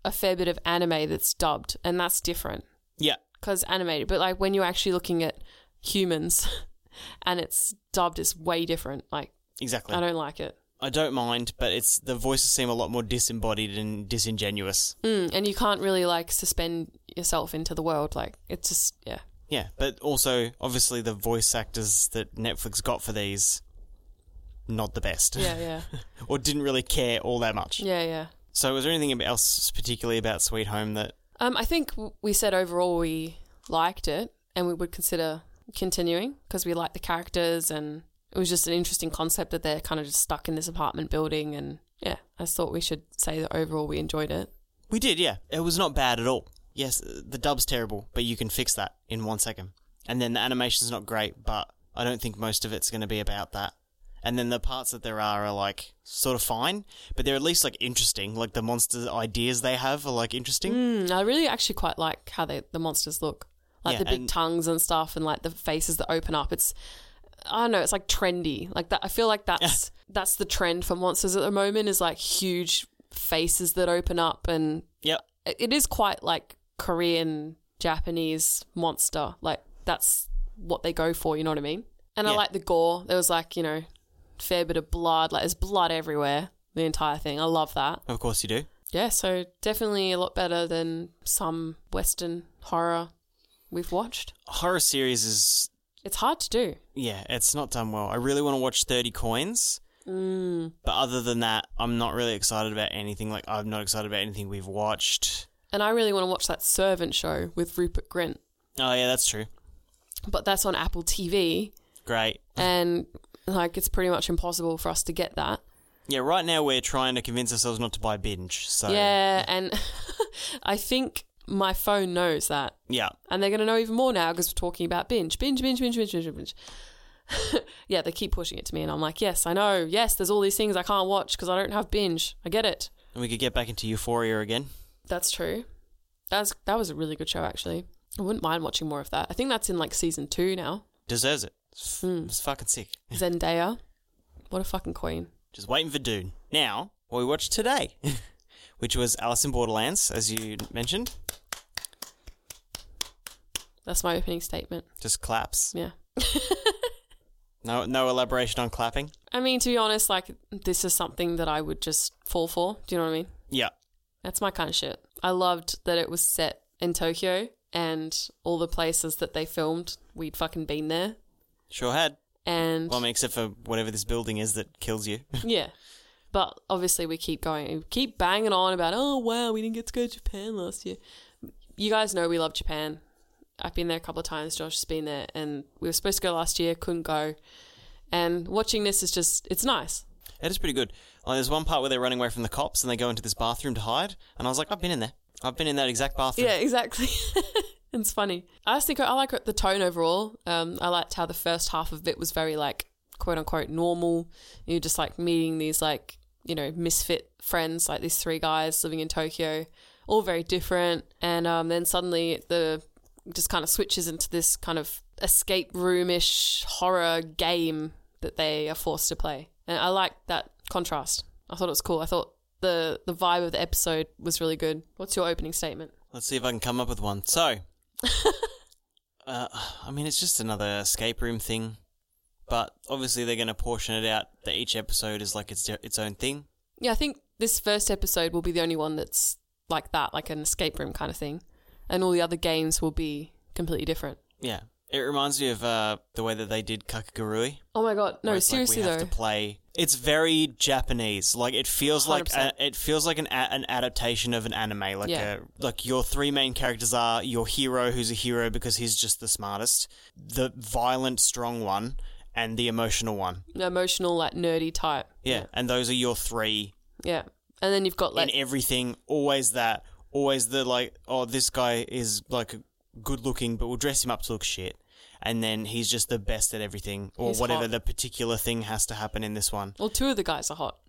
Speaker 2: a fair bit of anime that's dubbed, and that's different
Speaker 1: Yeah,
Speaker 2: because animated. But like when you're actually looking at humans, and it's dubbed, it's way different. Like,
Speaker 1: exactly.
Speaker 2: I don't like it.
Speaker 1: I don't mind, but it's the voices seem a lot more disembodied and disingenuous.
Speaker 2: Mm, and you can't really like suspend yourself into the world. Like, it's just yeah.
Speaker 1: Yeah, but also obviously the voice actors that Netflix got for these not the best
Speaker 2: Yeah, yeah.
Speaker 1: or didn't really care all that much.
Speaker 2: Yeah, yeah.
Speaker 1: So was there anything else particularly about Sweet Home that
Speaker 2: Um, I think w- we said overall we liked it and we would consider continuing because we liked the characters and it was just an interesting concept that they're kind of just stuck in this apartment building. And yeah, I thought we should say that overall we enjoyed it.
Speaker 1: we did, yeah. It was not bad at all. Yes, the dub's terrible, but you can fix that in 1 second. And then the animation's not great, but I don't think most of it's going to be about that. And then the parts that there are are like sort of fine, but they're at least like interesting. Like the monster ideas they have are like interesting.
Speaker 2: Mm, I really actually quite like how they, the monsters look like
Speaker 1: Yeah,
Speaker 2: the big
Speaker 1: and-
Speaker 2: tongues and stuff and like the faces that open up. It's, I don't know, it's like trendy. Like that, I feel like that's, that's the trend for monsters at the moment is like huge faces that open up and
Speaker 1: Yep.
Speaker 2: it it is quite like Korean Japanese monster. Like that's what they go for. You know what I mean? And I
Speaker 1: Yeah.
Speaker 2: like the gore. There was like you know, fair bit of blood. Like there's blood everywhere. The entire thing. I love that.
Speaker 1: Of course you do.
Speaker 2: Yeah. So definitely a lot better than some Western horror we've watched.
Speaker 1: Horror series is
Speaker 2: It's hard to do.
Speaker 1: yeah, it's not done well. I really want to watch Thirty Coins. Mm. But other than that, I'm not really excited about anything. Like I'm not excited about anything we've watched.
Speaker 2: And I really want to watch that Servant show with Rupert Grint,
Speaker 1: Oh yeah, that's true.
Speaker 2: but that's on Apple TV,
Speaker 1: Great.
Speaker 2: and like it's pretty much impossible for us to get that.
Speaker 1: Yeah, right now we're trying to convince ourselves not to buy binge. So
Speaker 2: Yeah, and I think my phone knows that,
Speaker 1: yeah.
Speaker 2: and they're going to know even more now because we're talking about binge, binge, binge, binge, binge, binge, binge. yeah, they keep pushing it to me, and I'm like, yes, I know. Yes, there's all these things I can't watch because I don't have binge. I get it.
Speaker 1: And we could get back into Euphoria again.
Speaker 2: That's true. That's that was a really good show actually. I wouldn't mind watching more of that. I think that's in like season two now.
Speaker 1: Deserves it. It's,
Speaker 2: Hmm.
Speaker 1: f- it's fucking sick.
Speaker 2: Zendaya, what a fucking queen.
Speaker 1: Just waiting for Dune. Now, what we watched today, which was Alice in Borderlands, as you mentioned,
Speaker 2: That's my opening statement.
Speaker 1: just claps.
Speaker 2: Yeah.
Speaker 1: No, no elaboration on clapping.
Speaker 2: I mean, to be honest, like this is something that I would just fall for. Do you know what I mean?
Speaker 1: Yeah.
Speaker 2: That's my kind of shit. I loved that it was set in Tokyo and all the places that they filmed, we'd fucking been there.
Speaker 1: Sure had.
Speaker 2: And
Speaker 1: Well, I mean, except for whatever this building is that kills you.
Speaker 2: yeah. But obviously, we keep going, we keep banging on about, oh, wow, we didn't get to go to Japan last year. You guys know we love Japan. I've been there a couple of times, Josh has been there, and we were supposed to go last year, couldn't go. And watching this is just, it's nice.
Speaker 1: It is pretty good. Like, there's one part where they're running away from the cops and they go into this bathroom to hide, and I was like, I've been in there. I've been in that exact bathroom.
Speaker 2: Yeah, exactly. it's funny. I just think I like the tone overall. Um, I liked how the first half of it was very like quote unquote normal. You're just like meeting these like you know misfit friends, like these three guys living in Tokyo, all very different. And um, then suddenly the just kind of switches into this kind of escape roomish horror game that they are forced to play. And I like that contrast. I thought it was cool. I thought the the vibe of the episode was really good. What's your opening statement?
Speaker 1: Let's see if I can come up with one. So, uh, I mean, it's just another escape room thing, but obviously they're going to portion it out that each episode is like its its own thing.
Speaker 2: Yeah, I think this first episode will be the only one that's like that, like an escape room kind of thing, and all the other games will be completely different.
Speaker 1: Yeah, it reminds me of uh, the way that they did Kakagurui.
Speaker 2: Oh my god, no,
Speaker 1: where it's like
Speaker 2: seriously
Speaker 1: we have
Speaker 2: though.
Speaker 1: to play. It's very Japanese. Like it feels like a,
Speaker 2: 100%.
Speaker 1: it feels like an a, an adaptation of an anime. Like
Speaker 2: Yeah.
Speaker 1: a, like your three main characters are your hero, who's a hero because he's just the smartest, the violent, strong one, and the emotional one.
Speaker 2: An emotional, like nerdy type.
Speaker 1: Yeah, and those are your three
Speaker 2: Yeah. And then you've got like
Speaker 1: in everything. Always that. Always the like. Oh, this guy is like good looking, but we'll dress him up to look shit. And then he's just the best at everything, or
Speaker 2: He's
Speaker 1: whatever
Speaker 2: hot.
Speaker 1: the particular thing has to happen in this one.
Speaker 2: well, two of the guys are hot,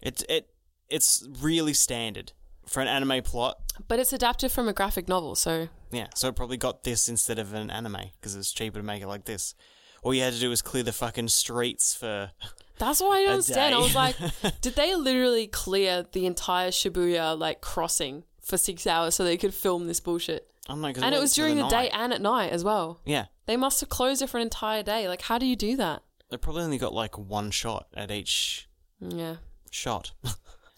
Speaker 1: It's it it's really standard for an anime plot.
Speaker 2: but it's adapted from a graphic novel, so
Speaker 1: Yeah, so it probably got this instead of an anime because it's cheaper to make it like this. All you had to do was clear the fucking streets for.
Speaker 2: That's what I don't
Speaker 1: a
Speaker 2: understand. I
Speaker 1: day.
Speaker 2: was like, did they literally clear the entire Shibuya like crossing for six hours so they could film this bullshit?
Speaker 1: I'm not.
Speaker 2: And it was during the, day
Speaker 1: night.
Speaker 2: and at night as well.
Speaker 1: Yeah,
Speaker 2: They must have closed it for an entire day. Like, how do you do that?
Speaker 1: they probably only got like one shot at each
Speaker 2: Yeah,
Speaker 1: shot.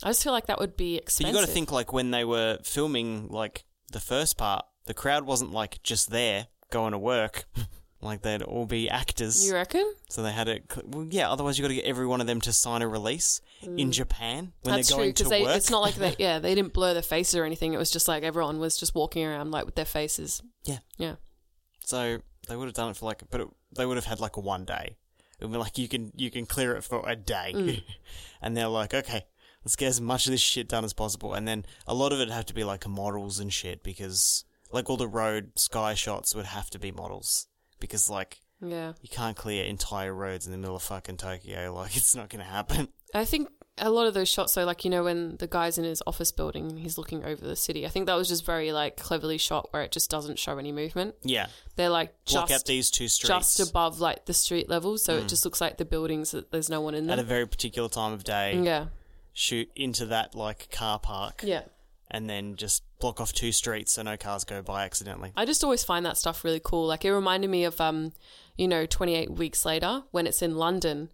Speaker 2: I just feel like that would
Speaker 1: but
Speaker 2: be
Speaker 1: you
Speaker 2: expensive.
Speaker 1: got to think like when they were filming like the first part, the crowd wasn't like just there going to work. Like they'd all be actors,
Speaker 2: You reckon?
Speaker 1: so they had it. Cl- well, yeah, otherwise you got to get every one of them to sign a release in Japan when
Speaker 2: Mm. That's
Speaker 1: they're
Speaker 2: true
Speaker 1: going
Speaker 2: because
Speaker 1: to work.
Speaker 2: it's not like they yeah they didn't blur their faces or anything. It was just like everyone was just walking around like with their faces.
Speaker 1: Yeah.
Speaker 2: Yeah.
Speaker 1: So they would have done it for like, but it, they would have had like a one day. It would be like you can you can clear it for a day,
Speaker 2: Mm.
Speaker 1: and they're like, okay, let's get as much of this shit done as possible. And then a lot of it had to be like models and shit because like all the road sky shots would have to be models because like
Speaker 2: Yeah.
Speaker 1: you can't clear entire roads in the middle of fucking Tokyo. Like it's not gonna happen.
Speaker 2: I think a lot of those shots, though, like you know, when the guy's in his office building and he's looking over the city, I think that was just very like cleverly shot, where it just doesn't show any movement.
Speaker 1: Yeah,
Speaker 2: They're like
Speaker 1: block out
Speaker 2: just
Speaker 1: these two streets Mm.
Speaker 2: just above like the street level, so it just looks like the buildings that there's no one in
Speaker 1: at a
Speaker 2: them.
Speaker 1: very particular time of day.
Speaker 2: yeah,
Speaker 1: Shoot into that like car park.
Speaker 2: yeah.
Speaker 1: and then just block off two streets so no cars go by accidentally.
Speaker 2: I just always find that stuff really cool. Like it reminded me of um, you know, 28 weeks later when it's in London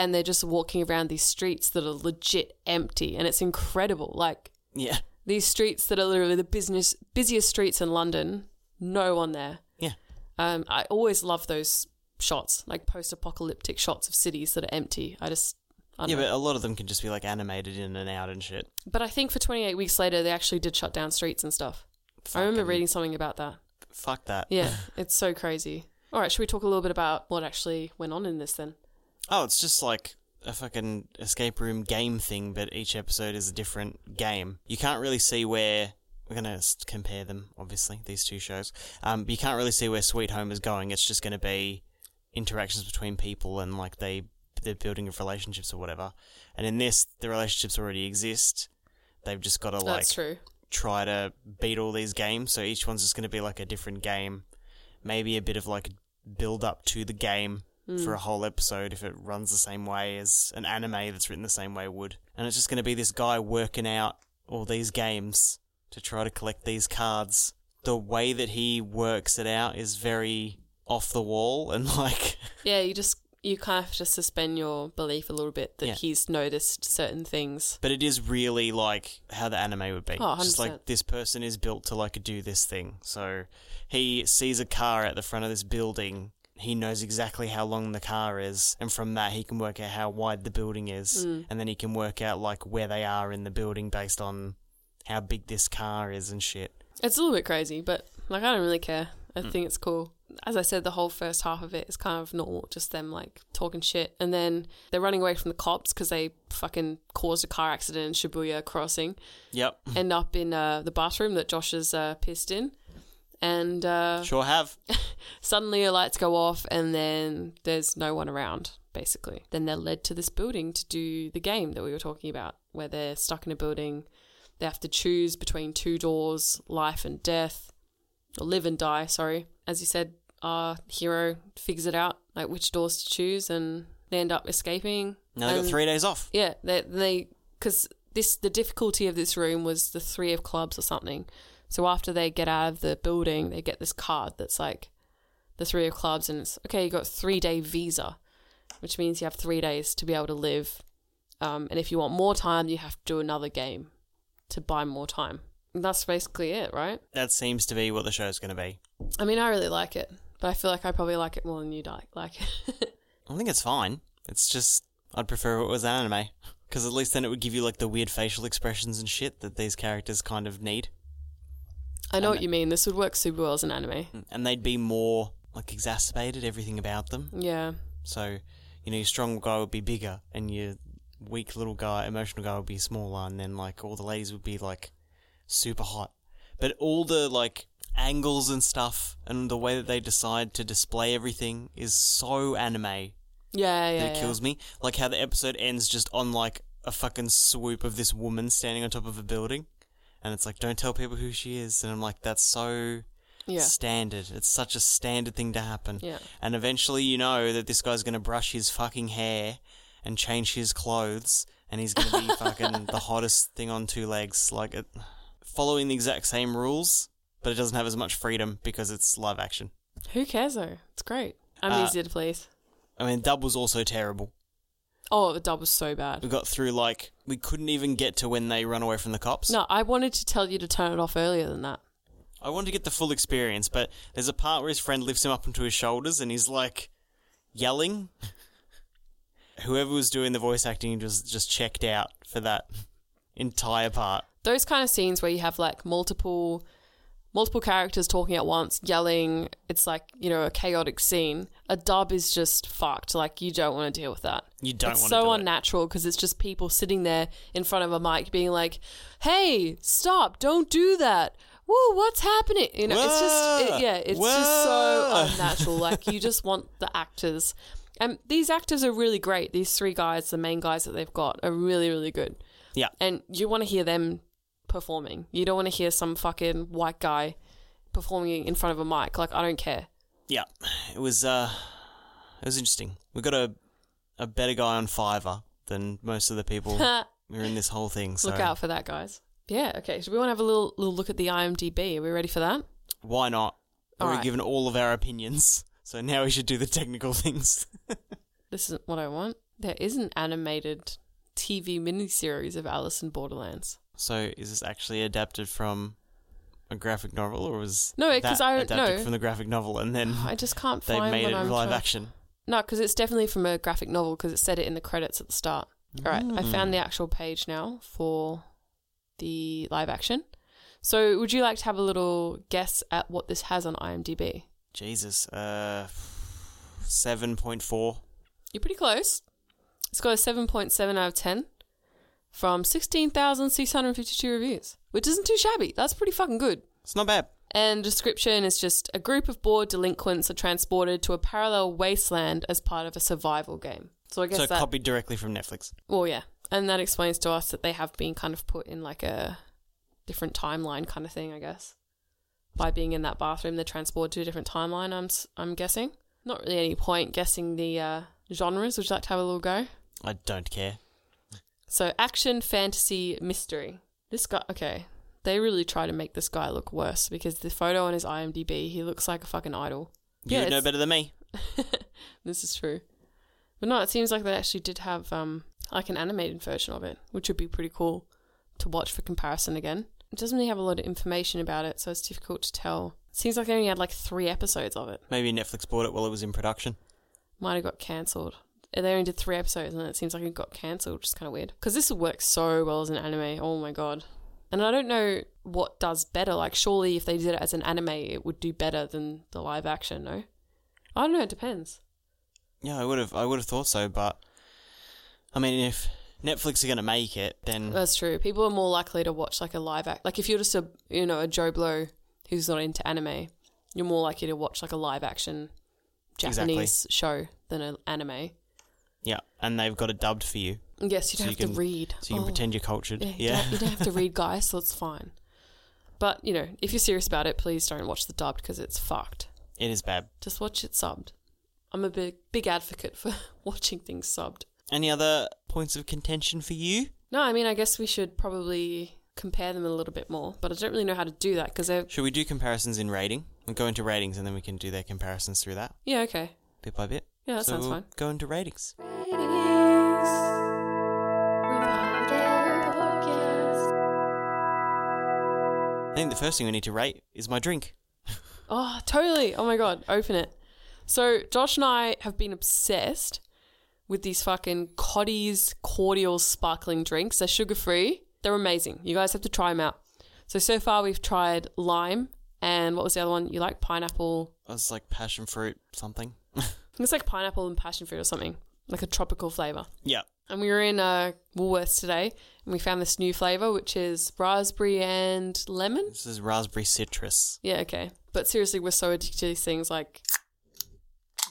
Speaker 2: and they're just walking around these streets that are legit empty and it's incredible. Like
Speaker 1: Yeah.
Speaker 2: these streets that are literally the business busiest streets in London, no one there.
Speaker 1: Yeah.
Speaker 2: Um, I always love those shots, like post-apocalyptic shots of cities that are empty. I just I don't
Speaker 1: Yeah,
Speaker 2: know.
Speaker 1: but a lot of them can just be like animated in and out and shit.
Speaker 2: But-, I think for 28 weeks later they actually did shut down streets and stuff. I remember
Speaker 1: Fucking-
Speaker 2: reading something about that.
Speaker 1: Fuck that.
Speaker 2: Yeah, it's so crazy. All right, should we talk a little bit about what actually went on in this then?
Speaker 1: Oh, it's just like a fucking escape room game thing, but each episode is a different game. You can't really see where. We're going to compare them, obviously, these two shows. Um, but you can't really see where Sweet Home is going. It's just going to be interactions between people and like they. They're building of relationships or whatever, and in this, the relationships already exist. They've just got to like
Speaker 2: That's true.
Speaker 1: try to beat all these games. So each one's just going to be like a different game, maybe a bit of like build up to the game for a whole episode if it runs the same way as an anime that's written the same way would. And it's just going to be this guy working out all these games to try to collect these cards. The way that he works it out is very off the wall and like
Speaker 2: Yeah, you just you kind of have to suspend your belief a little bit that
Speaker 1: Yeah.
Speaker 2: he's noticed certain things.
Speaker 1: But it is really like how the anime would be.
Speaker 2: Oh,
Speaker 1: It's Just
Speaker 2: 100%.
Speaker 1: like this person is built to like do this thing. So he sees a car at the front of this building he knows exactly how long the car is, and from that he can work out how wide the building is,
Speaker 2: Hmm.
Speaker 1: and then he can work out like where they are in the building based on how big this car is and shit.
Speaker 2: It's a little bit crazy, but like I don't really care. I
Speaker 1: Mm.
Speaker 2: think it's cool. As I said, the whole first half of it is kind of normal, just them like talking shit, and then they're running away from the cops because they fucking caused a car accident in Shibuya crossing.
Speaker 1: Yep,
Speaker 2: End up in uh, the bathroom that Josh is uh, pissed in, and uh,
Speaker 1: sure have.
Speaker 2: suddenly the lights go off, and then there's no one around. Basically, then they're led to this building to do the game that we were talking about, where they're stuck in a building. They have to choose between two doors, life and death, or live and die, sorry. As you said, our hero figures it out, like which doors to choose, and they end up escaping.
Speaker 1: Now they got
Speaker 2: And-
Speaker 1: three days off.
Speaker 2: Yeah, they they because this the difficulty of this room was the three of clubs or something. So after they get out of the building, they get this card that's like the three of clubs, and it's okay. You got three day visa, which means you have three days to be able to live. Um, and if you want more time, you have to do another game to buy more time. And that's basically it, right?
Speaker 1: That seems to be what the show's going to be.
Speaker 2: I mean, I really like it, but I feel like I probably like it more than you like like it.
Speaker 1: I think it's fine. It's just I'd prefer it was an anime because at least then it would give you like the weird facial expressions and shit that these characters kind of need,
Speaker 2: I know what you mean. This would work super well as an anime.
Speaker 1: and they'd be more like exacerbated everything about them.
Speaker 2: Yeah.
Speaker 1: So, you know, your strong guy would be bigger, and your weak little guy, emotional guy would be smaller, and then like all the ladies would be like super hot. But all the like angles and stuff, and the way that they decide to display everything is so anime.
Speaker 2: Yeah, yeah.
Speaker 1: that it
Speaker 2: yeah.
Speaker 1: kills me. Like how the episode ends just on like a fucking swoop of this woman standing on top of a building, and it's like, don't tell people who she is. And I'm like, that's so
Speaker 2: yeah.
Speaker 1: standard. It's such a standard thing to happen.
Speaker 2: Yeah.
Speaker 1: And eventually, you know that this guy's gonna brush his fucking hair and change his clothes, and he's gonna be fucking the hottest thing on two legs. Like it, following the exact same rules, but it doesn't have as much freedom because it's live action.
Speaker 2: Who cares though? It's great. I'm
Speaker 1: Uh,
Speaker 2: easy to please.
Speaker 1: I mean, dub was also terrible.
Speaker 2: Oh, the dub was so
Speaker 1: We
Speaker 2: bad.
Speaker 1: got through like we couldn't even get to when they run away from the cops.
Speaker 2: No, I wanted to tell you to turn it off earlier than that.
Speaker 1: I want to get the full experience, but there's a part where his friend lifts him up onto his shoulders and he's like yelling. Whoever was doing the voice acting just just checked out for that entire part.
Speaker 2: Those kind of scenes where you have like multiple multiple characters talking at once, yelling, it's like, you know, a chaotic scene. A dub is just fucked. Like you don't want to deal with that.
Speaker 1: You don't
Speaker 2: it's
Speaker 1: want
Speaker 2: so
Speaker 1: to do it.
Speaker 2: unnatural because it's just people sitting there in front of a mic being like, "Hey, stop! Don't do that." Whoa, what's happening? You know, it's just
Speaker 1: Whoa.
Speaker 2: it, yeah, it's just so
Speaker 1: Whoa.
Speaker 2: unnatural. like you just want the actors, and these actors are really great. These three guys, the main guys that they've got, are really really good,
Speaker 1: Yeah,
Speaker 2: and you want to hear them performing. You don't want to hear some fucking white guy performing in front of a mic. Like I don't care.
Speaker 1: yeah. It was uh, it was interesting. We got a a better guy on Fiverr than most of the people who are in this whole thing. So
Speaker 2: Look out for that, guys. Yeah, okay. So we want to have a little little look at the IMDb. Are we ready for that?
Speaker 1: why not? We're
Speaker 2: Alright.
Speaker 1: given all of our opinions, so now we should do the technical things.
Speaker 2: This isn't what I want. There is an animated TV miniseries of Alice in Borderlands.
Speaker 1: So is this actually adapted from a graphic novel, or was
Speaker 2: No,
Speaker 1: that
Speaker 2: 'cause I-
Speaker 1: adapted
Speaker 2: no.
Speaker 1: from the graphic novel and then
Speaker 2: I just can't
Speaker 1: they
Speaker 2: find
Speaker 1: made
Speaker 2: what
Speaker 1: it
Speaker 2: I'm
Speaker 1: live
Speaker 2: trying-
Speaker 1: action?
Speaker 2: No, because it's definitely from a graphic novel because it said it in the credits at the start. All right, I
Speaker 1: Mm.
Speaker 2: found the actual page now for the live action. So, would you like to have a little guess at what this has on IMDb?
Speaker 1: Jesus, uh, seven point four.
Speaker 2: You're pretty close. It's got a 7.7 out of 10 from 16,652 reviews, which isn't too shabby. That's pretty fucking good.
Speaker 1: It's not bad.
Speaker 2: And description is just a group of bored delinquents are transported to a parallel wasteland as part of a survival game. So I guess
Speaker 1: So
Speaker 2: that.
Speaker 1: copied directly from Netflix.
Speaker 2: well, yeah, and that explains to us that they have been kind of put in like a different timeline kind of thing. I guess by being in that bathroom, they're transported to a different timeline. I'm s- I'm guessing. Not really any point guessing the uh, genres. Would you like to have a little go?
Speaker 1: I don't care.
Speaker 2: So action, fantasy, mystery. This guy, okay, they really try to make this guy look worse because the photo on his IMDb, he looks like a fucking idol.
Speaker 1: You
Speaker 2: Yeah,
Speaker 1: know
Speaker 2: it's-
Speaker 1: better than me.
Speaker 2: This is true. But no, it seems like they actually did have um like an animated version of it, which would be pretty cool to watch for comparison again. It doesn't really have a lot of information about it, so it's difficult to tell. It Seems like they only had like three episodes of it.
Speaker 1: Maybe Netflix bought it while it was in production.
Speaker 2: Might have got cancelled. And They only did three episodes, and it seems like it got cancelled, which is kind of weird. Because this works so well as an anime. Oh my god! And I don't know what does better. Like, surely if they did it as an anime, it would do better than the live action. No, I don't know. It depends.
Speaker 1: Yeah, I would have I would have thought so, but I mean if Netflix are going to make it, then
Speaker 2: That's true. People are more likely to watch like a live act. Like if you're just a you know a Joe Blow who's not into anime, you're more likely to watch like a live action
Speaker 1: Exactly.
Speaker 2: Japanese show than an anime.
Speaker 1: yeah, and they've got it dubbed for you,
Speaker 2: And Yes, you
Speaker 1: So you
Speaker 2: don't have
Speaker 1: can-
Speaker 2: to read.
Speaker 1: so you can
Speaker 2: Oh,
Speaker 1: pretend you're cultured.
Speaker 2: Yeah,
Speaker 1: Yeah,
Speaker 2: you don't- you don't have to read, guys, so it's fine. But you know, if you're serious about it, please don't watch the dubbed because it's fucked.
Speaker 1: it is bad.
Speaker 2: Just watch it subbed. I'm a big big advocate for watching things subbed.
Speaker 1: Any other points of contention for you?
Speaker 2: No, I mean, I guess we should probably compare them a little bit more, but I don't really know how to do that because they're
Speaker 1: Should we do comparisons in rating? We'll go into ratings and then we can do their comparisons through that
Speaker 2: yeah okay
Speaker 1: bit by bit.
Speaker 2: yeah that
Speaker 1: so
Speaker 2: sounds
Speaker 1: we'll
Speaker 2: fine.
Speaker 1: Go into ratings. I think the first thing we need to rate is my drink.
Speaker 2: Oh, totally. Oh my god, open it. So Josh and I have been obsessed with these fucking Coddy's cordial sparkling drinks. They're sugar free. They're amazing. You guys have to try them out. So so far we've tried lime and what was the other one? You like pineapple?
Speaker 1: It was Oh, like passion fruit something.
Speaker 2: It's like pineapple and passion fruit or something, like a tropical flavor.
Speaker 1: yeah.
Speaker 2: And we were in uh, Woolworths today, and we found this new flavor, which is raspberry and lemon.
Speaker 1: This is raspberry citrus.
Speaker 2: Yeah, okay. But seriously, we're so addicted to these things. Like,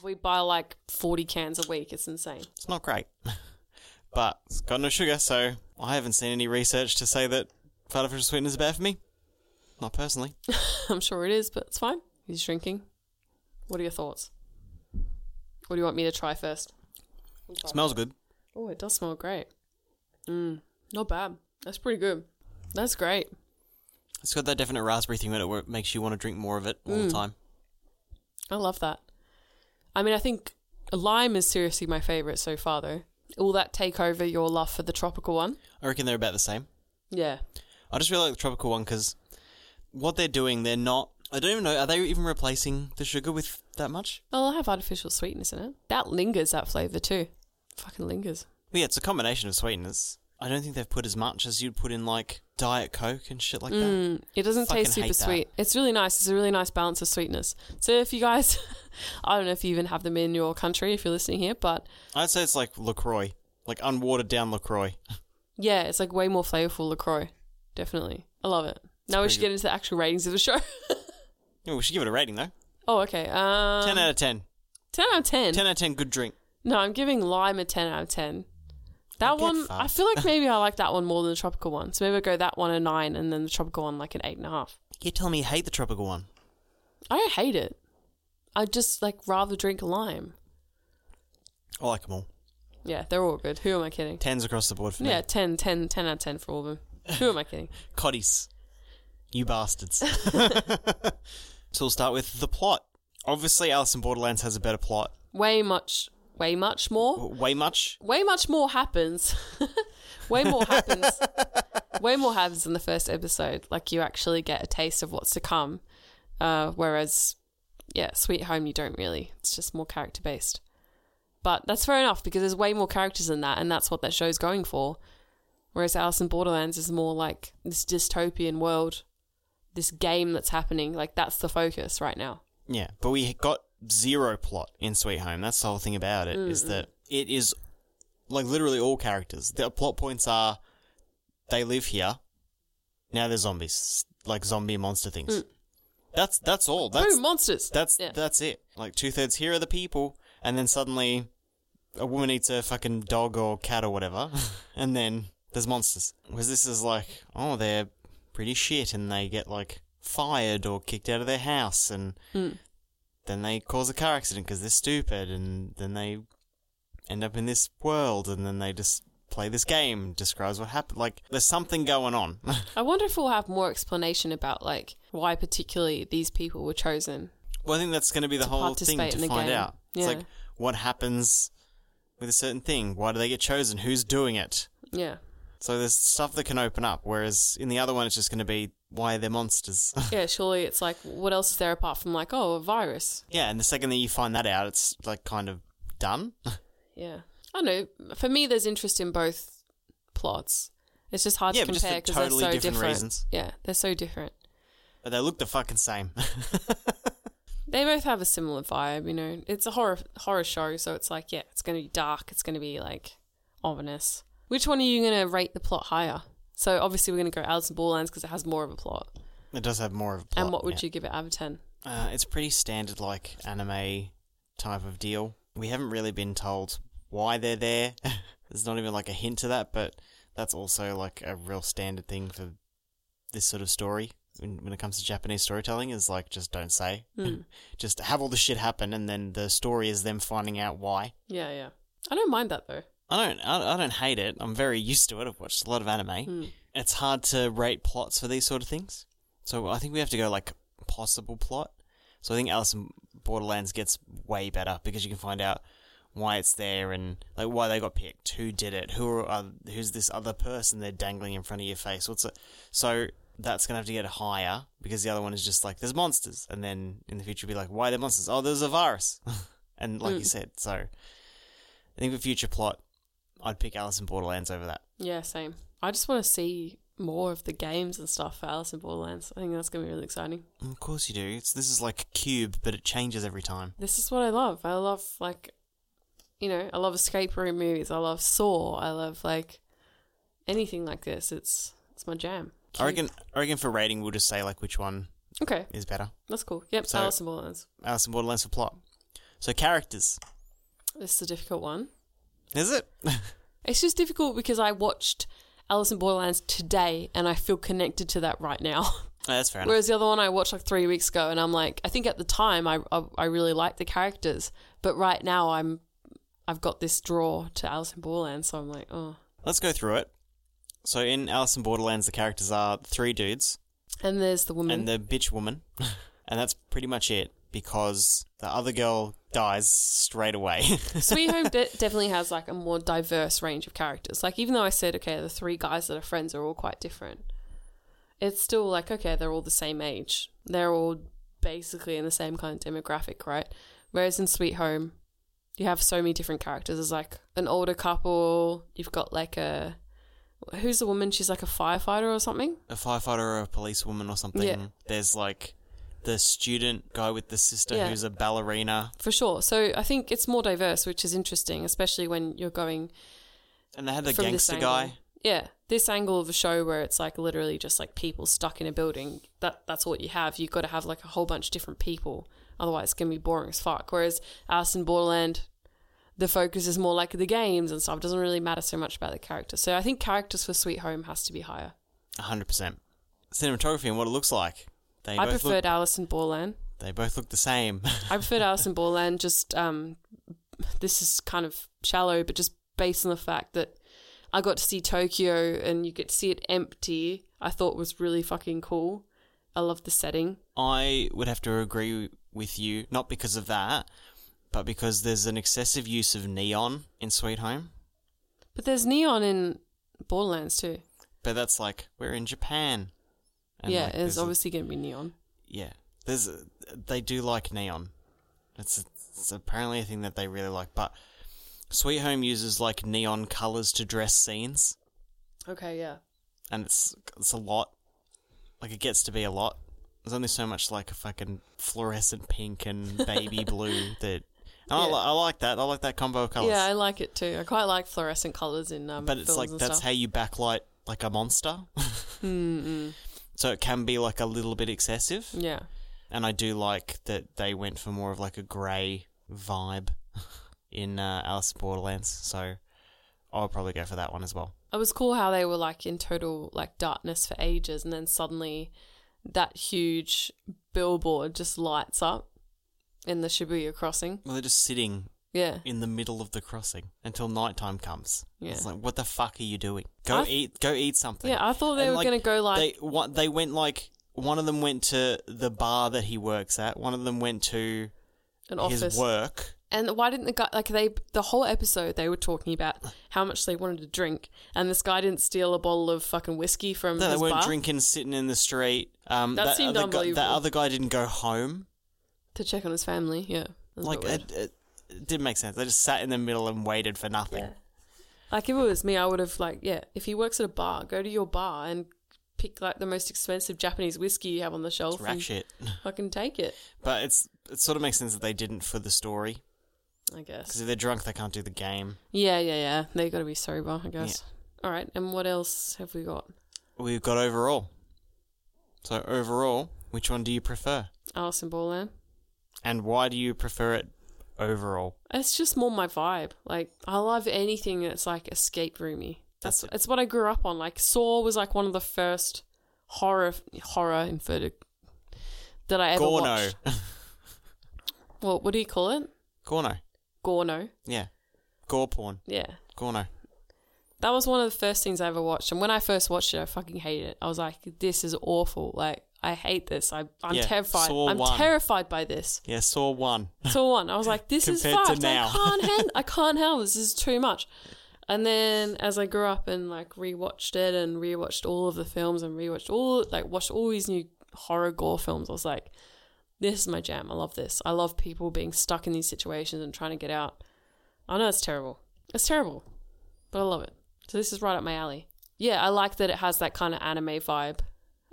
Speaker 2: we buy like 40 cans a week. It's insane.
Speaker 1: It's not great. but it's got no sugar, so I haven't seen any research to say that artificial sweeteners are bad for me. Not personally.
Speaker 2: I'm sure it is, but it's fine. He's drinking. What are your thoughts? What do you want me to try first?
Speaker 1: Smells good.
Speaker 2: Oh, it does smell great. Mm, not bad. That's pretty good. That's great.
Speaker 1: It's got that definite raspberry thing that it wo- makes you want to drink more of it all
Speaker 2: Mm.
Speaker 1: the time.
Speaker 2: I love that. I mean, I think lime is seriously my favorite so far, though. Will that take over your love for the tropical one?
Speaker 1: I reckon they're about the same.
Speaker 2: Yeah.
Speaker 1: I just really like the tropical one because what they're doing, they're not. I don't even know. Are they even replacing the sugar with that much?
Speaker 2: Well, I'll have artificial sweetness in it. That lingers, that flavour too. Fucking lingers.
Speaker 1: Well, yeah, it's a combination of sweeteners. I don't think they've put as much as you'd put in like Diet Coke and shit like that.
Speaker 2: Mm, it doesn't
Speaker 1: Fucking
Speaker 2: taste super
Speaker 1: hate that.
Speaker 2: sweet. It's really nice. It's a really nice balance of sweetness. So if you guys, I don't know if you even have them in your country if you're listening here, but
Speaker 1: I'd say it's like LaCroix, like unwatered down LaCroix.
Speaker 2: yeah, it's like way more flavourful LaCroix. Definitely. I love it. Now we
Speaker 1: pretty
Speaker 2: should get into the actual ratings of the show.
Speaker 1: Yeah, we should give it a rating though.
Speaker 2: oh, okay. Um,
Speaker 1: 10 out of 10.
Speaker 2: 10 out of 10.
Speaker 1: 10 out of 10, good drink.
Speaker 2: No, I'm giving lime a 10 out of 10. That
Speaker 1: get
Speaker 2: one, I
Speaker 1: fucked.
Speaker 2: feel like maybe I like that one more than the tropical one. So maybe I go that one a 9 and then the tropical one like an 8.5.
Speaker 1: You're telling me you hate the tropical one.
Speaker 2: I don't hate it. I just like rather drink lime.
Speaker 1: I like them all.
Speaker 2: Yeah, they're all good. Who am I kidding?
Speaker 1: 10s across the board for me.
Speaker 2: Yeah, 10, 10, 10 out of 10 for all of them. Who am I kidding?
Speaker 1: Coddies. You bastards. so we'll start with the plot. Obviously, Alice in Borderlands has a better plot.
Speaker 2: Way much, way much more.
Speaker 1: W- Way much.
Speaker 2: Way much more happens. way more happens. way more happens in the first episode. Like you actually get a taste of what's to come. Uh, whereas, yeah, Sweet Home, you don't really. It's just more character based. But that's fair enough because there's way more characters in that, and that's what that show's going for. Whereas Alice in Borderlands is more like this dystopian world, this game that's happening. Like that's the focus right now.
Speaker 1: Yeah, but we got zero plot in Sweet Home. That's the whole thing about it is that it is like literally all characters. The plot points are they live here. Now they're zombies, like zombie monster things. That's that's all. That's
Speaker 2: Boom, monsters.
Speaker 1: That's
Speaker 2: Yeah.
Speaker 1: that's it. Like two thirds here are the people, and then suddenly a woman eats a fucking dog or cat or whatever, and then there's monsters. Whereas this is like, oh, they're pretty shit, and they get like fired or kicked out of their house, and then they cause a car accident because they're stupid, and then they end up in this world, and then they just play this game. Describes what happened. Like there's something going on.
Speaker 2: I wonder if we'll have more explanation about like why particularly these people were chosen.
Speaker 1: Well, I think that's going to be the
Speaker 2: to
Speaker 1: whole thing
Speaker 2: participate
Speaker 1: to
Speaker 2: in the
Speaker 1: find
Speaker 2: game.
Speaker 1: out.
Speaker 2: Yeah.
Speaker 1: It's like what happens with a certain thing. Why do they get chosen? Who's doing it?
Speaker 2: Yeah.
Speaker 1: So there's stuff that can open up. Whereas in the other one, it's just going to be why they're monsters.
Speaker 2: Yeah, surely it's like, what else is there apart from like, oh, a virus?
Speaker 1: yeah, and the second that you find that out, it's like kind of done.
Speaker 2: Yeah. I don't know. For me, there's interest in both plots. It's just hard
Speaker 1: Yeah,
Speaker 2: to
Speaker 1: but just
Speaker 2: compare
Speaker 1: for
Speaker 2: because
Speaker 1: totally
Speaker 2: they're so
Speaker 1: different
Speaker 2: different.
Speaker 1: reasons.
Speaker 2: Yeah, they're so different.
Speaker 1: but they look the fucking same.
Speaker 2: They both have a similar vibe, you know. It's a horror horror show, so it's like, yeah, it's going to be dark. It's going to be like ominous. Which one are you going to rate the plot higher? So obviously we're going to go Alice in Borderlands because it has more of a plot.
Speaker 1: it does have more of a plot.
Speaker 2: and what would
Speaker 1: yeah.
Speaker 2: you give it out of ten?
Speaker 1: Uh, it's pretty standard, like anime type of deal. We haven't really been told why they're there. There's not even like a hint to that, but that's also like a real standard thing for this sort of story. When, when it comes to Japanese storytelling, is like just don't say, just have all the shit happen, and then the story is them finding out why.
Speaker 2: Yeah, yeah. I don't mind that though.
Speaker 1: I don't, I, I don't hate it. I'm very used to it. I've watched a lot of anime. It's hard to rate plots for these sort of things, so I think we have to go like possible plot. So I think Alice in Borderlands gets way better because you can find out why it's there and like why they got picked, who did it, who are uh, who's this other person they're dangling in front of your face. What's it? So that's gonna have to get higher because the other one is just like there's monsters, and then in the future be like why are there monsters? Oh, there's a virus, and like you said, so I think for future plot, I'd pick Alice in Borderlands over that.
Speaker 2: Yeah, same. I just want to see more of the games and stuff for Alice in Borderlands. I think that's going to be really exciting.
Speaker 1: Of course you do. It's, this is like Cube, but it changes every time.
Speaker 2: This is what I love. I love like, you know, I love escape room movies. I love Saw. I love like anything like this. It's it's my jam.
Speaker 1: I reckon. I reckon for rating, we'll just say like which one
Speaker 2: Okay,
Speaker 1: is better.
Speaker 2: that's cool. Yep,
Speaker 1: So-
Speaker 2: Alice in Borderlands.
Speaker 1: Alice in Borderlands for plot. So characters,
Speaker 2: This is a difficult one.
Speaker 1: is it?
Speaker 2: It's just difficult because I watched Alice in Borderlands today and I feel connected to that right now.
Speaker 1: Oh, that's fair enough.
Speaker 2: Whereas the other one I watched like three weeks ago, and I'm like, I think at the time I I, I really liked the characters, but right now I'm I've got this draw to Alice in Borderland, so I'm like, oh.
Speaker 1: Let's go through it. So in Alice in Borderlands, the characters are three dudes
Speaker 2: And there's the woman.
Speaker 1: and the bitch woman, and that's pretty much it because the other girl dies straight away.
Speaker 2: Sweet Home de- definitely has like a more diverse range of characters. Like even though I said okay, the three guys that are friends are all quite different, it's still like okay, they're all the same age. They're all basically in the same kind of demographic, right? Whereas in Sweet Home, you have so many different characters. There's like an older couple. You've got like a who's the woman? She's like a firefighter or something.
Speaker 1: a firefighter or a policewoman or something.
Speaker 2: Yeah.
Speaker 1: There's like the student guy with the sister
Speaker 2: Yeah.
Speaker 1: who's a ballerina,
Speaker 2: For sure. So I think it's more diverse, which is interesting, especially when you're going
Speaker 1: and they had the
Speaker 2: from this
Speaker 1: gangster
Speaker 2: angle.
Speaker 1: guy.
Speaker 2: Yeah, this angle of a show where it's like literally just like people stuck in a building. That that's all you have. You've got to have like a whole bunch of different people, otherwise it's gonna be boring as fuck. Whereas Alice in Borderland, the focus is more like the games and stuff. It doesn't really matter so much about the character. So I think characters for Sweet Home has to be higher.
Speaker 1: hundred percent. Cinematography and what it looks like. They
Speaker 2: I
Speaker 1: both
Speaker 2: preferred
Speaker 1: look,
Speaker 2: Alice in Borderland.
Speaker 1: they both look the same.
Speaker 2: I preferred Alice in Borderland. Just um, this is kind of shallow, but just based on the fact that I got to see Tokyo and you get to see it empty, I thought was really fucking cool. I love the setting.
Speaker 1: I would have to agree with you, not because of that, but because there's an excessive use of neon in Sweet Home.
Speaker 2: But there's neon in Borderlands too.
Speaker 1: But that's like we're in Japan.
Speaker 2: yeah,
Speaker 1: like,
Speaker 2: there's
Speaker 1: there's a-
Speaker 2: obviously going to be neon.
Speaker 1: yeah, there's a, they do like neon. It's, it's apparently a thing that they really like. But Sweet Home uses like neon colors to dress scenes,
Speaker 2: Okay, yeah.
Speaker 1: and it's it's a lot. Like it gets to be a lot. There's only so much like a fucking fluorescent pink and baby blue that. And I,
Speaker 2: Yeah.
Speaker 1: li- I like that. I like that combo of colors.
Speaker 2: Yeah, I like it too. I quite like fluorescent colors in um,
Speaker 1: but it's
Speaker 2: films
Speaker 1: like
Speaker 2: and
Speaker 1: that's
Speaker 2: stuff.
Speaker 1: how you backlight like a monster. So it can be like a little bit excessive,
Speaker 2: yeah.
Speaker 1: and I do like that they went for more of like a grey vibe in uh, Alice in Borderlands. So I'll probably go for that one as well.
Speaker 2: It was cool how they were like in total like darkness for ages, and then suddenly that huge billboard just lights up in the Shibuya crossing.
Speaker 1: Well, they're just sitting
Speaker 2: Yeah,
Speaker 1: in the middle of the crossing until nighttime comes.
Speaker 2: Yeah.
Speaker 1: It's like, what the fuck are you doing? Go
Speaker 2: I-
Speaker 1: eat. Go eat something.
Speaker 2: yeah. I thought they
Speaker 1: And,
Speaker 2: were
Speaker 1: like,
Speaker 2: gonna go like
Speaker 1: they what they went like one of them went to the bar that he works at. One of them went to
Speaker 2: an office.
Speaker 1: his work.
Speaker 2: And why didn't the guy like they the whole episode they were talking about how much they wanted to drink, and this guy didn't steal a bottle of fucking whiskey from
Speaker 1: No, they
Speaker 2: Mm, his
Speaker 1: weren't
Speaker 2: bar
Speaker 1: drinking, sitting in the street. Um,
Speaker 2: That seemed
Speaker 1: other guy, that
Speaker 2: unbelievable.
Speaker 1: other guy didn't go home.
Speaker 2: to check on his family. Yeah, That's a
Speaker 1: Like,
Speaker 2: bit weird.
Speaker 1: it, it, it didn't make sense. They just sat in the middle and waited for nothing.
Speaker 2: Yeah. Like if it was me, I would have like, yeah, if he works at a bar, go to your bar and pick like the most expensive Japanese whiskey you have on the shelf
Speaker 1: Rack
Speaker 2: and
Speaker 1: shit.
Speaker 2: fucking take it.
Speaker 1: But it's it sort of makes sense that they didn't for the story
Speaker 2: I
Speaker 1: because
Speaker 2: guess.
Speaker 1: if they're drunk, they can't do the game.
Speaker 2: Yeah, yeah, yeah. They got to be sober, I guess. All right, and what else have we got?
Speaker 1: We've got overall. So overall, which one do you prefer,
Speaker 2: Alice in Borderland.
Speaker 1: and why do you prefer it overall?
Speaker 2: It's just more my vibe. Like I love anything that's like escape roomy. That's
Speaker 1: That's
Speaker 2: it's what I grew up on. Like Saw was like one of the first horror horror inverted that I ever
Speaker 1: Gorno,
Speaker 2: watched. Well, what do you call it?
Speaker 1: Gorno,
Speaker 2: Gorno.
Speaker 1: yeah, gore porn,
Speaker 2: Yeah.
Speaker 1: Gorno.
Speaker 2: That was one of the first things I ever watched. And when I first watched it, I fucking hated it. I was like, this is awful. Like, I hate this. I, I'm
Speaker 1: Yeah,
Speaker 2: terrified.
Speaker 1: Saw
Speaker 2: I'm
Speaker 1: one.
Speaker 2: terrified by this.
Speaker 1: Yeah, Saw one.
Speaker 2: So one, I was like, this is
Speaker 1: Compared to
Speaker 2: fucked. I
Speaker 1: now.
Speaker 2: can't handle. I can't handle this. This is too much. And then as I grew up and like rewatched it and rewatched all of the films and rewatched all like watched all these new horror gore films, I was like, this is my jam. I love this. I love people being stuck in these situations and trying to get out. I know it's terrible. It's terrible, but I love it. So this is right up my alley. Yeah, I like that it has that kind of anime vibe.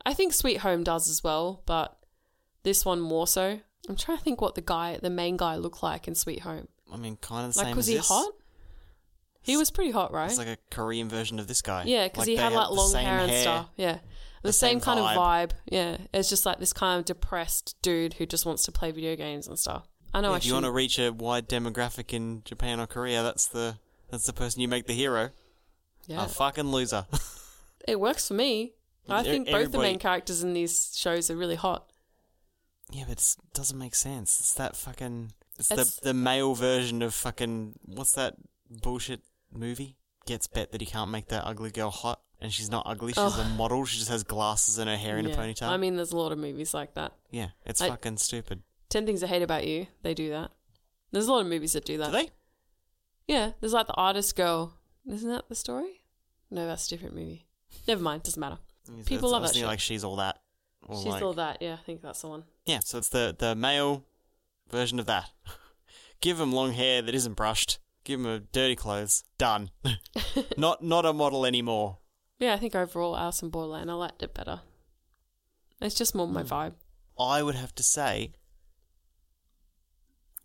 Speaker 2: I think Sweet Home does as well, but this one more so. I'm trying to think what the guy, the main guy, looked like in Sweet Home.
Speaker 1: I mean, kind of the
Speaker 2: Like,
Speaker 1: same.
Speaker 2: was
Speaker 1: as
Speaker 2: he
Speaker 1: this.
Speaker 2: hot? He was pretty hot, right?
Speaker 1: It's like a Korean version of this guy.
Speaker 2: yeah, because he
Speaker 1: they
Speaker 2: had
Speaker 1: have
Speaker 2: like
Speaker 1: the
Speaker 2: long
Speaker 1: same
Speaker 2: hair and stuff. Yeah, the,
Speaker 1: same
Speaker 2: same, kind of vibe. Yeah, it's just like this kind of depressed dude who just wants to play video games and stuff. I know.
Speaker 1: Yeah,
Speaker 2: I
Speaker 1: if you want
Speaker 2: shouldn't-
Speaker 1: to reach a wide demographic in Japan or Korea, that's the that's the person you make the hero.
Speaker 2: yeah.
Speaker 1: A fucking loser.
Speaker 2: it works for me. I
Speaker 1: E-
Speaker 2: think both the main
Speaker 1: everybody-
Speaker 2: characters in these shows are really hot.
Speaker 1: yeah, but it doesn't make sense. It's that fucking. It's,
Speaker 2: It's-
Speaker 1: the the male version of fucking what's that bullshit movie? Gets bet that he can't make that ugly girl hot, and she's not ugly. She's a model. She just has glasses and her hair in
Speaker 2: Yeah.
Speaker 1: a ponytail.
Speaker 2: I mean, there's a lot of movies like that.
Speaker 1: yeah, it's
Speaker 2: I-
Speaker 1: fucking stupid.
Speaker 2: Ten Things I Hate About You, they do that. There's a lot of movies that do that.
Speaker 1: Do they?
Speaker 2: Yeah, there's like the artist girl. Isn't that the story? No, that's a different movie. Never mind, doesn't matter. People
Speaker 1: It's- I
Speaker 2: love
Speaker 1: was
Speaker 2: that
Speaker 1: thinking
Speaker 2: shit.
Speaker 1: Like she's all that. Or
Speaker 2: She's
Speaker 1: like-
Speaker 2: all that. Yeah, I think that's the one.
Speaker 1: Yeah, so it's the the male version of that. Give him long hair that isn't brushed. Give him a dirty clothes. Done. not not a model anymore.
Speaker 2: Yeah, I think overall Alice in Borderland, I liked it better. It's just more my
Speaker 1: Hmm.
Speaker 2: vibe.
Speaker 1: I would have to say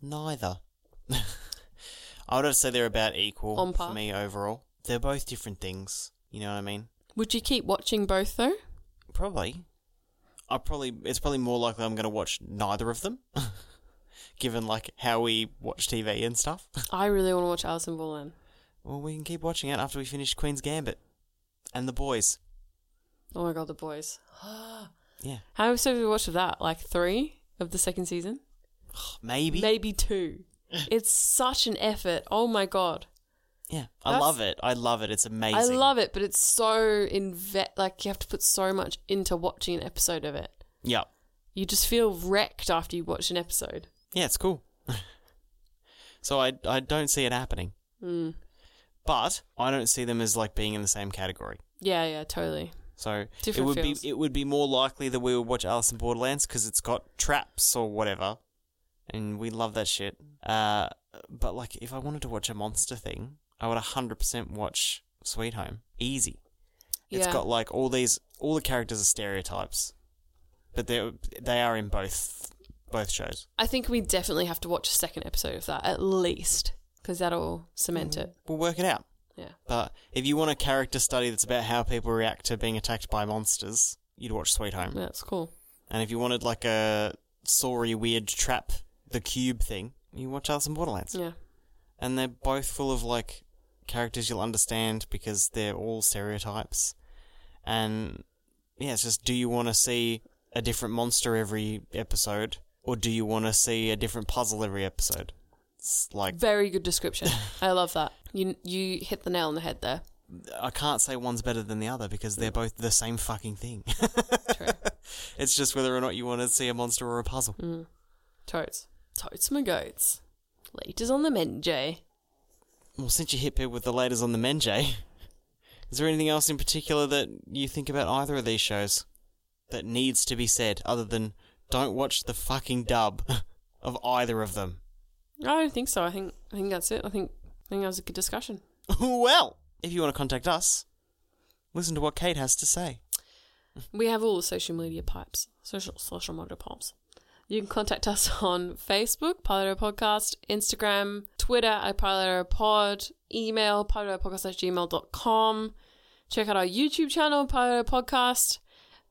Speaker 1: neither. I would have to say they're about equal
Speaker 2: On par.
Speaker 1: for me overall. They're both different things. You know what I mean?
Speaker 2: Would you keep watching both though?
Speaker 1: Probably. I probably it's probably more likely I'm going to watch neither of them, given like how we watch TV and stuff.
Speaker 2: I really want to watch Alice in Borderland.
Speaker 1: Well, we can keep watching it after we finish Queen's Gambit and The Boys.
Speaker 2: Oh my god, the boys.
Speaker 1: Yeah,
Speaker 2: How many episodes have we watched of that? Like three of the second season?
Speaker 1: maybe.
Speaker 2: Maybe two. it's such an effort. Oh my god.
Speaker 1: Yeah, I
Speaker 2: That's-
Speaker 1: love it. I love it. It's amazing.
Speaker 2: I love it, but it's so inve- like you have to put so much into watching an episode of it.
Speaker 1: Yeah,
Speaker 2: You just feel wrecked after you watch an episode.
Speaker 1: yeah, it's cool. so I I don't see it happening. But I don't see them as like being in the same category.
Speaker 2: Yeah, yeah, totally.
Speaker 1: So
Speaker 2: Different
Speaker 1: it would
Speaker 2: feels.
Speaker 1: be it would be more likely that we would watch Alice in Borderlands because it's got traps or whatever, and we love that shit. Uh, but like if I wanted to watch a monster thing, I would hundred percent watch Sweet Home. Easy. It's
Speaker 2: yeah.
Speaker 1: got like all these all the characters are stereotypes, but they are they are in both both shows.
Speaker 2: I think we definitely have to watch a second episode of that at least because that'll cement it.
Speaker 1: We'll work it out.
Speaker 2: Yeah.
Speaker 1: But if you want a character study that's about how people react to being attacked by monsters, you'd watch Sweet Home.
Speaker 2: Yeah, That's cool.
Speaker 1: And if you wanted like a sorry weird trap, the cube thing, you watch Alice in Borderlands.
Speaker 2: Yeah.
Speaker 1: And they're both full of like characters you'll understand because they're all stereotypes. And yeah, it's just do you want to see a different monster every episode, or do you want to see a different puzzle every episode? It's like
Speaker 2: Very good description. I love that. You you hit the nail on the head there.
Speaker 1: I can't say one's better than the other because they're both the same fucking thing.
Speaker 2: True.
Speaker 1: it's just whether or not you want to see a monster or a puzzle.
Speaker 2: Totes. Totes my goats. Late is on the men, Jay.
Speaker 1: Well, since you hit people with the laters on the men, Jay, is there anything else in particular that you think about either of these shows that needs to be said other than don't watch the fucking dub of either of them?
Speaker 2: I don't think so. I think I think that's it. I think I think that was a good discussion.
Speaker 1: well, if you want to contact us, listen to what Kate has to say.
Speaker 2: We have all the social media pipes, social social media pipes. You can contact us on Facebook, Piloto Podcast, Instagram, Twitter at Piloto Pod, email pilotopodcast at gmail.com. Check out our YouTube channel, Piloto Podcast.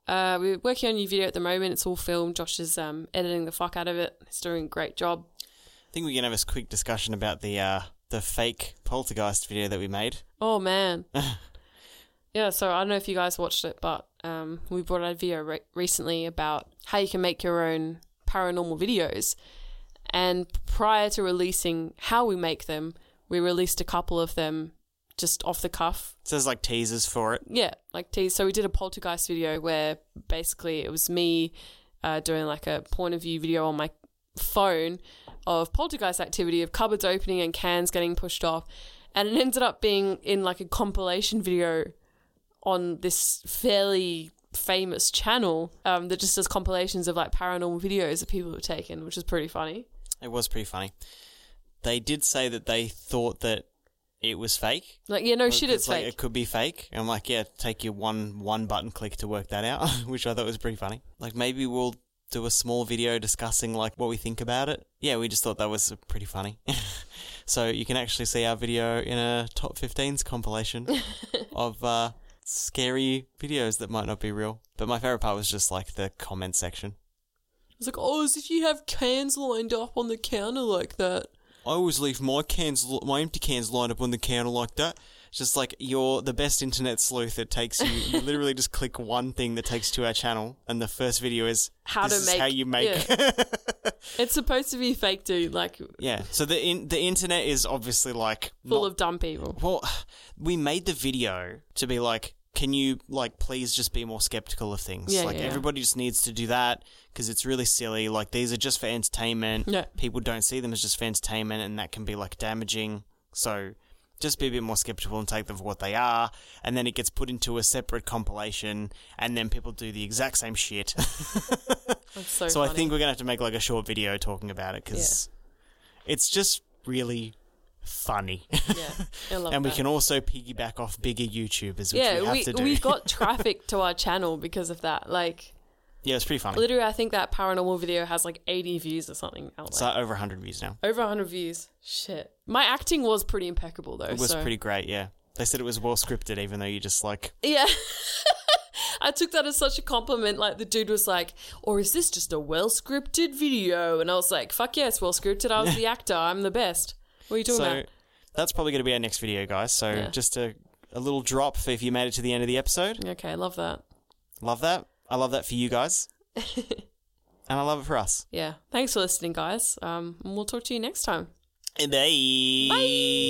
Speaker 2: Uh, we're working on a new video at the moment. It's all filmed. Josh is um, editing the fuck out of it. He's doing a great job.
Speaker 1: I think we can have a quick discussion about the uh, the fake poltergeist video that we made.
Speaker 2: Oh man. yeah, so I don't know if you guys watched it, but um, we brought out a video re- recently about how you can make your own paranormal videos. And prior to releasing how we make them, we released a couple of them just off the cuff.
Speaker 1: So there's like teasers for it.
Speaker 2: Yeah, like tease. So we did a poltergeist video where basically it was me uh, doing like a point of view video on my phone of poltergeist activity of cupboards opening and cans getting pushed off and it ended up being in like a compilation video on this fairly famous channel um, that just does compilations of like paranormal videos that people have taken which is pretty funny
Speaker 1: It was pretty funny. They did say that they thought that it was fake.
Speaker 2: like yeah no shit it's
Speaker 1: like,
Speaker 2: fake
Speaker 1: It could be fake. I'm like, yeah, take your one one button click to work that out, which I thought was pretty funny. Like maybe we'll do a small video discussing like what we think about it. Yeah, we just thought that was pretty funny. so you can actually see our video in a top 15s compilation of uh, scary videos that might not be real. But my favorite part was just like the comment section.
Speaker 2: it's like oh as if you have cans lined up on the counter like that
Speaker 1: I always leave my cans, li- my empty cans lined up on the counter like that. It's Just like you're the best internet sleuth. It takes you, you literally just click one thing that takes you to our channel, and the first video is
Speaker 2: How
Speaker 1: this
Speaker 2: to
Speaker 1: is
Speaker 2: make-
Speaker 1: how you make. Yeah.
Speaker 2: it's supposed to be fake dude like
Speaker 1: So the in, the internet is obviously like
Speaker 2: full
Speaker 1: not-
Speaker 2: of dumb people
Speaker 1: well, we made the video to be like, can you like please just be more skeptical of things?
Speaker 2: Yeah,
Speaker 1: like
Speaker 2: yeah, yeah.
Speaker 1: everybody just needs to do that because it's really silly. Like these are just for entertainment.
Speaker 2: Yeah.
Speaker 1: People don't see them as just for entertainment, and that can be like damaging. So just be a bit more skeptical and take them for what they are. And then it gets put into a separate compilation, and then people do the exact same shit.
Speaker 2: That's so,
Speaker 1: so I
Speaker 2: funny.
Speaker 1: think we're gonna have to make like a short video talking about it because it's just really funny.
Speaker 2: yeah I love
Speaker 1: And we
Speaker 2: that.
Speaker 1: can also piggyback off bigger YouTubers, which
Speaker 2: yeah
Speaker 1: we have
Speaker 2: we,
Speaker 1: to do.
Speaker 2: we got traffic to our channel because of that like
Speaker 1: yeah, it's pretty funny.
Speaker 2: literally i think that paranormal video has like 80 views or something out
Speaker 1: It's
Speaker 2: there.
Speaker 1: uh, over 100 views now.
Speaker 2: over 100 views shit my acting was pretty impeccable though
Speaker 1: It was
Speaker 2: so-
Speaker 1: pretty great, yeah. They said it was well scripted, even though you just like,
Speaker 2: yeah i took that as such a compliment like the dude was like or is this just a well scripted video and i was like fuck yes well scripted i was the actor i'm the best what are you talking
Speaker 1: so
Speaker 2: about
Speaker 1: that's probably going to be our next video, guys. So
Speaker 2: Yeah.
Speaker 1: just a, a little drop for if you made it to the end of the episode.
Speaker 2: okay love that
Speaker 1: Love that. I love that for you guys. and I love it for us.
Speaker 2: yeah thanks for listening guys um and we'll talk to you next time
Speaker 1: Bye.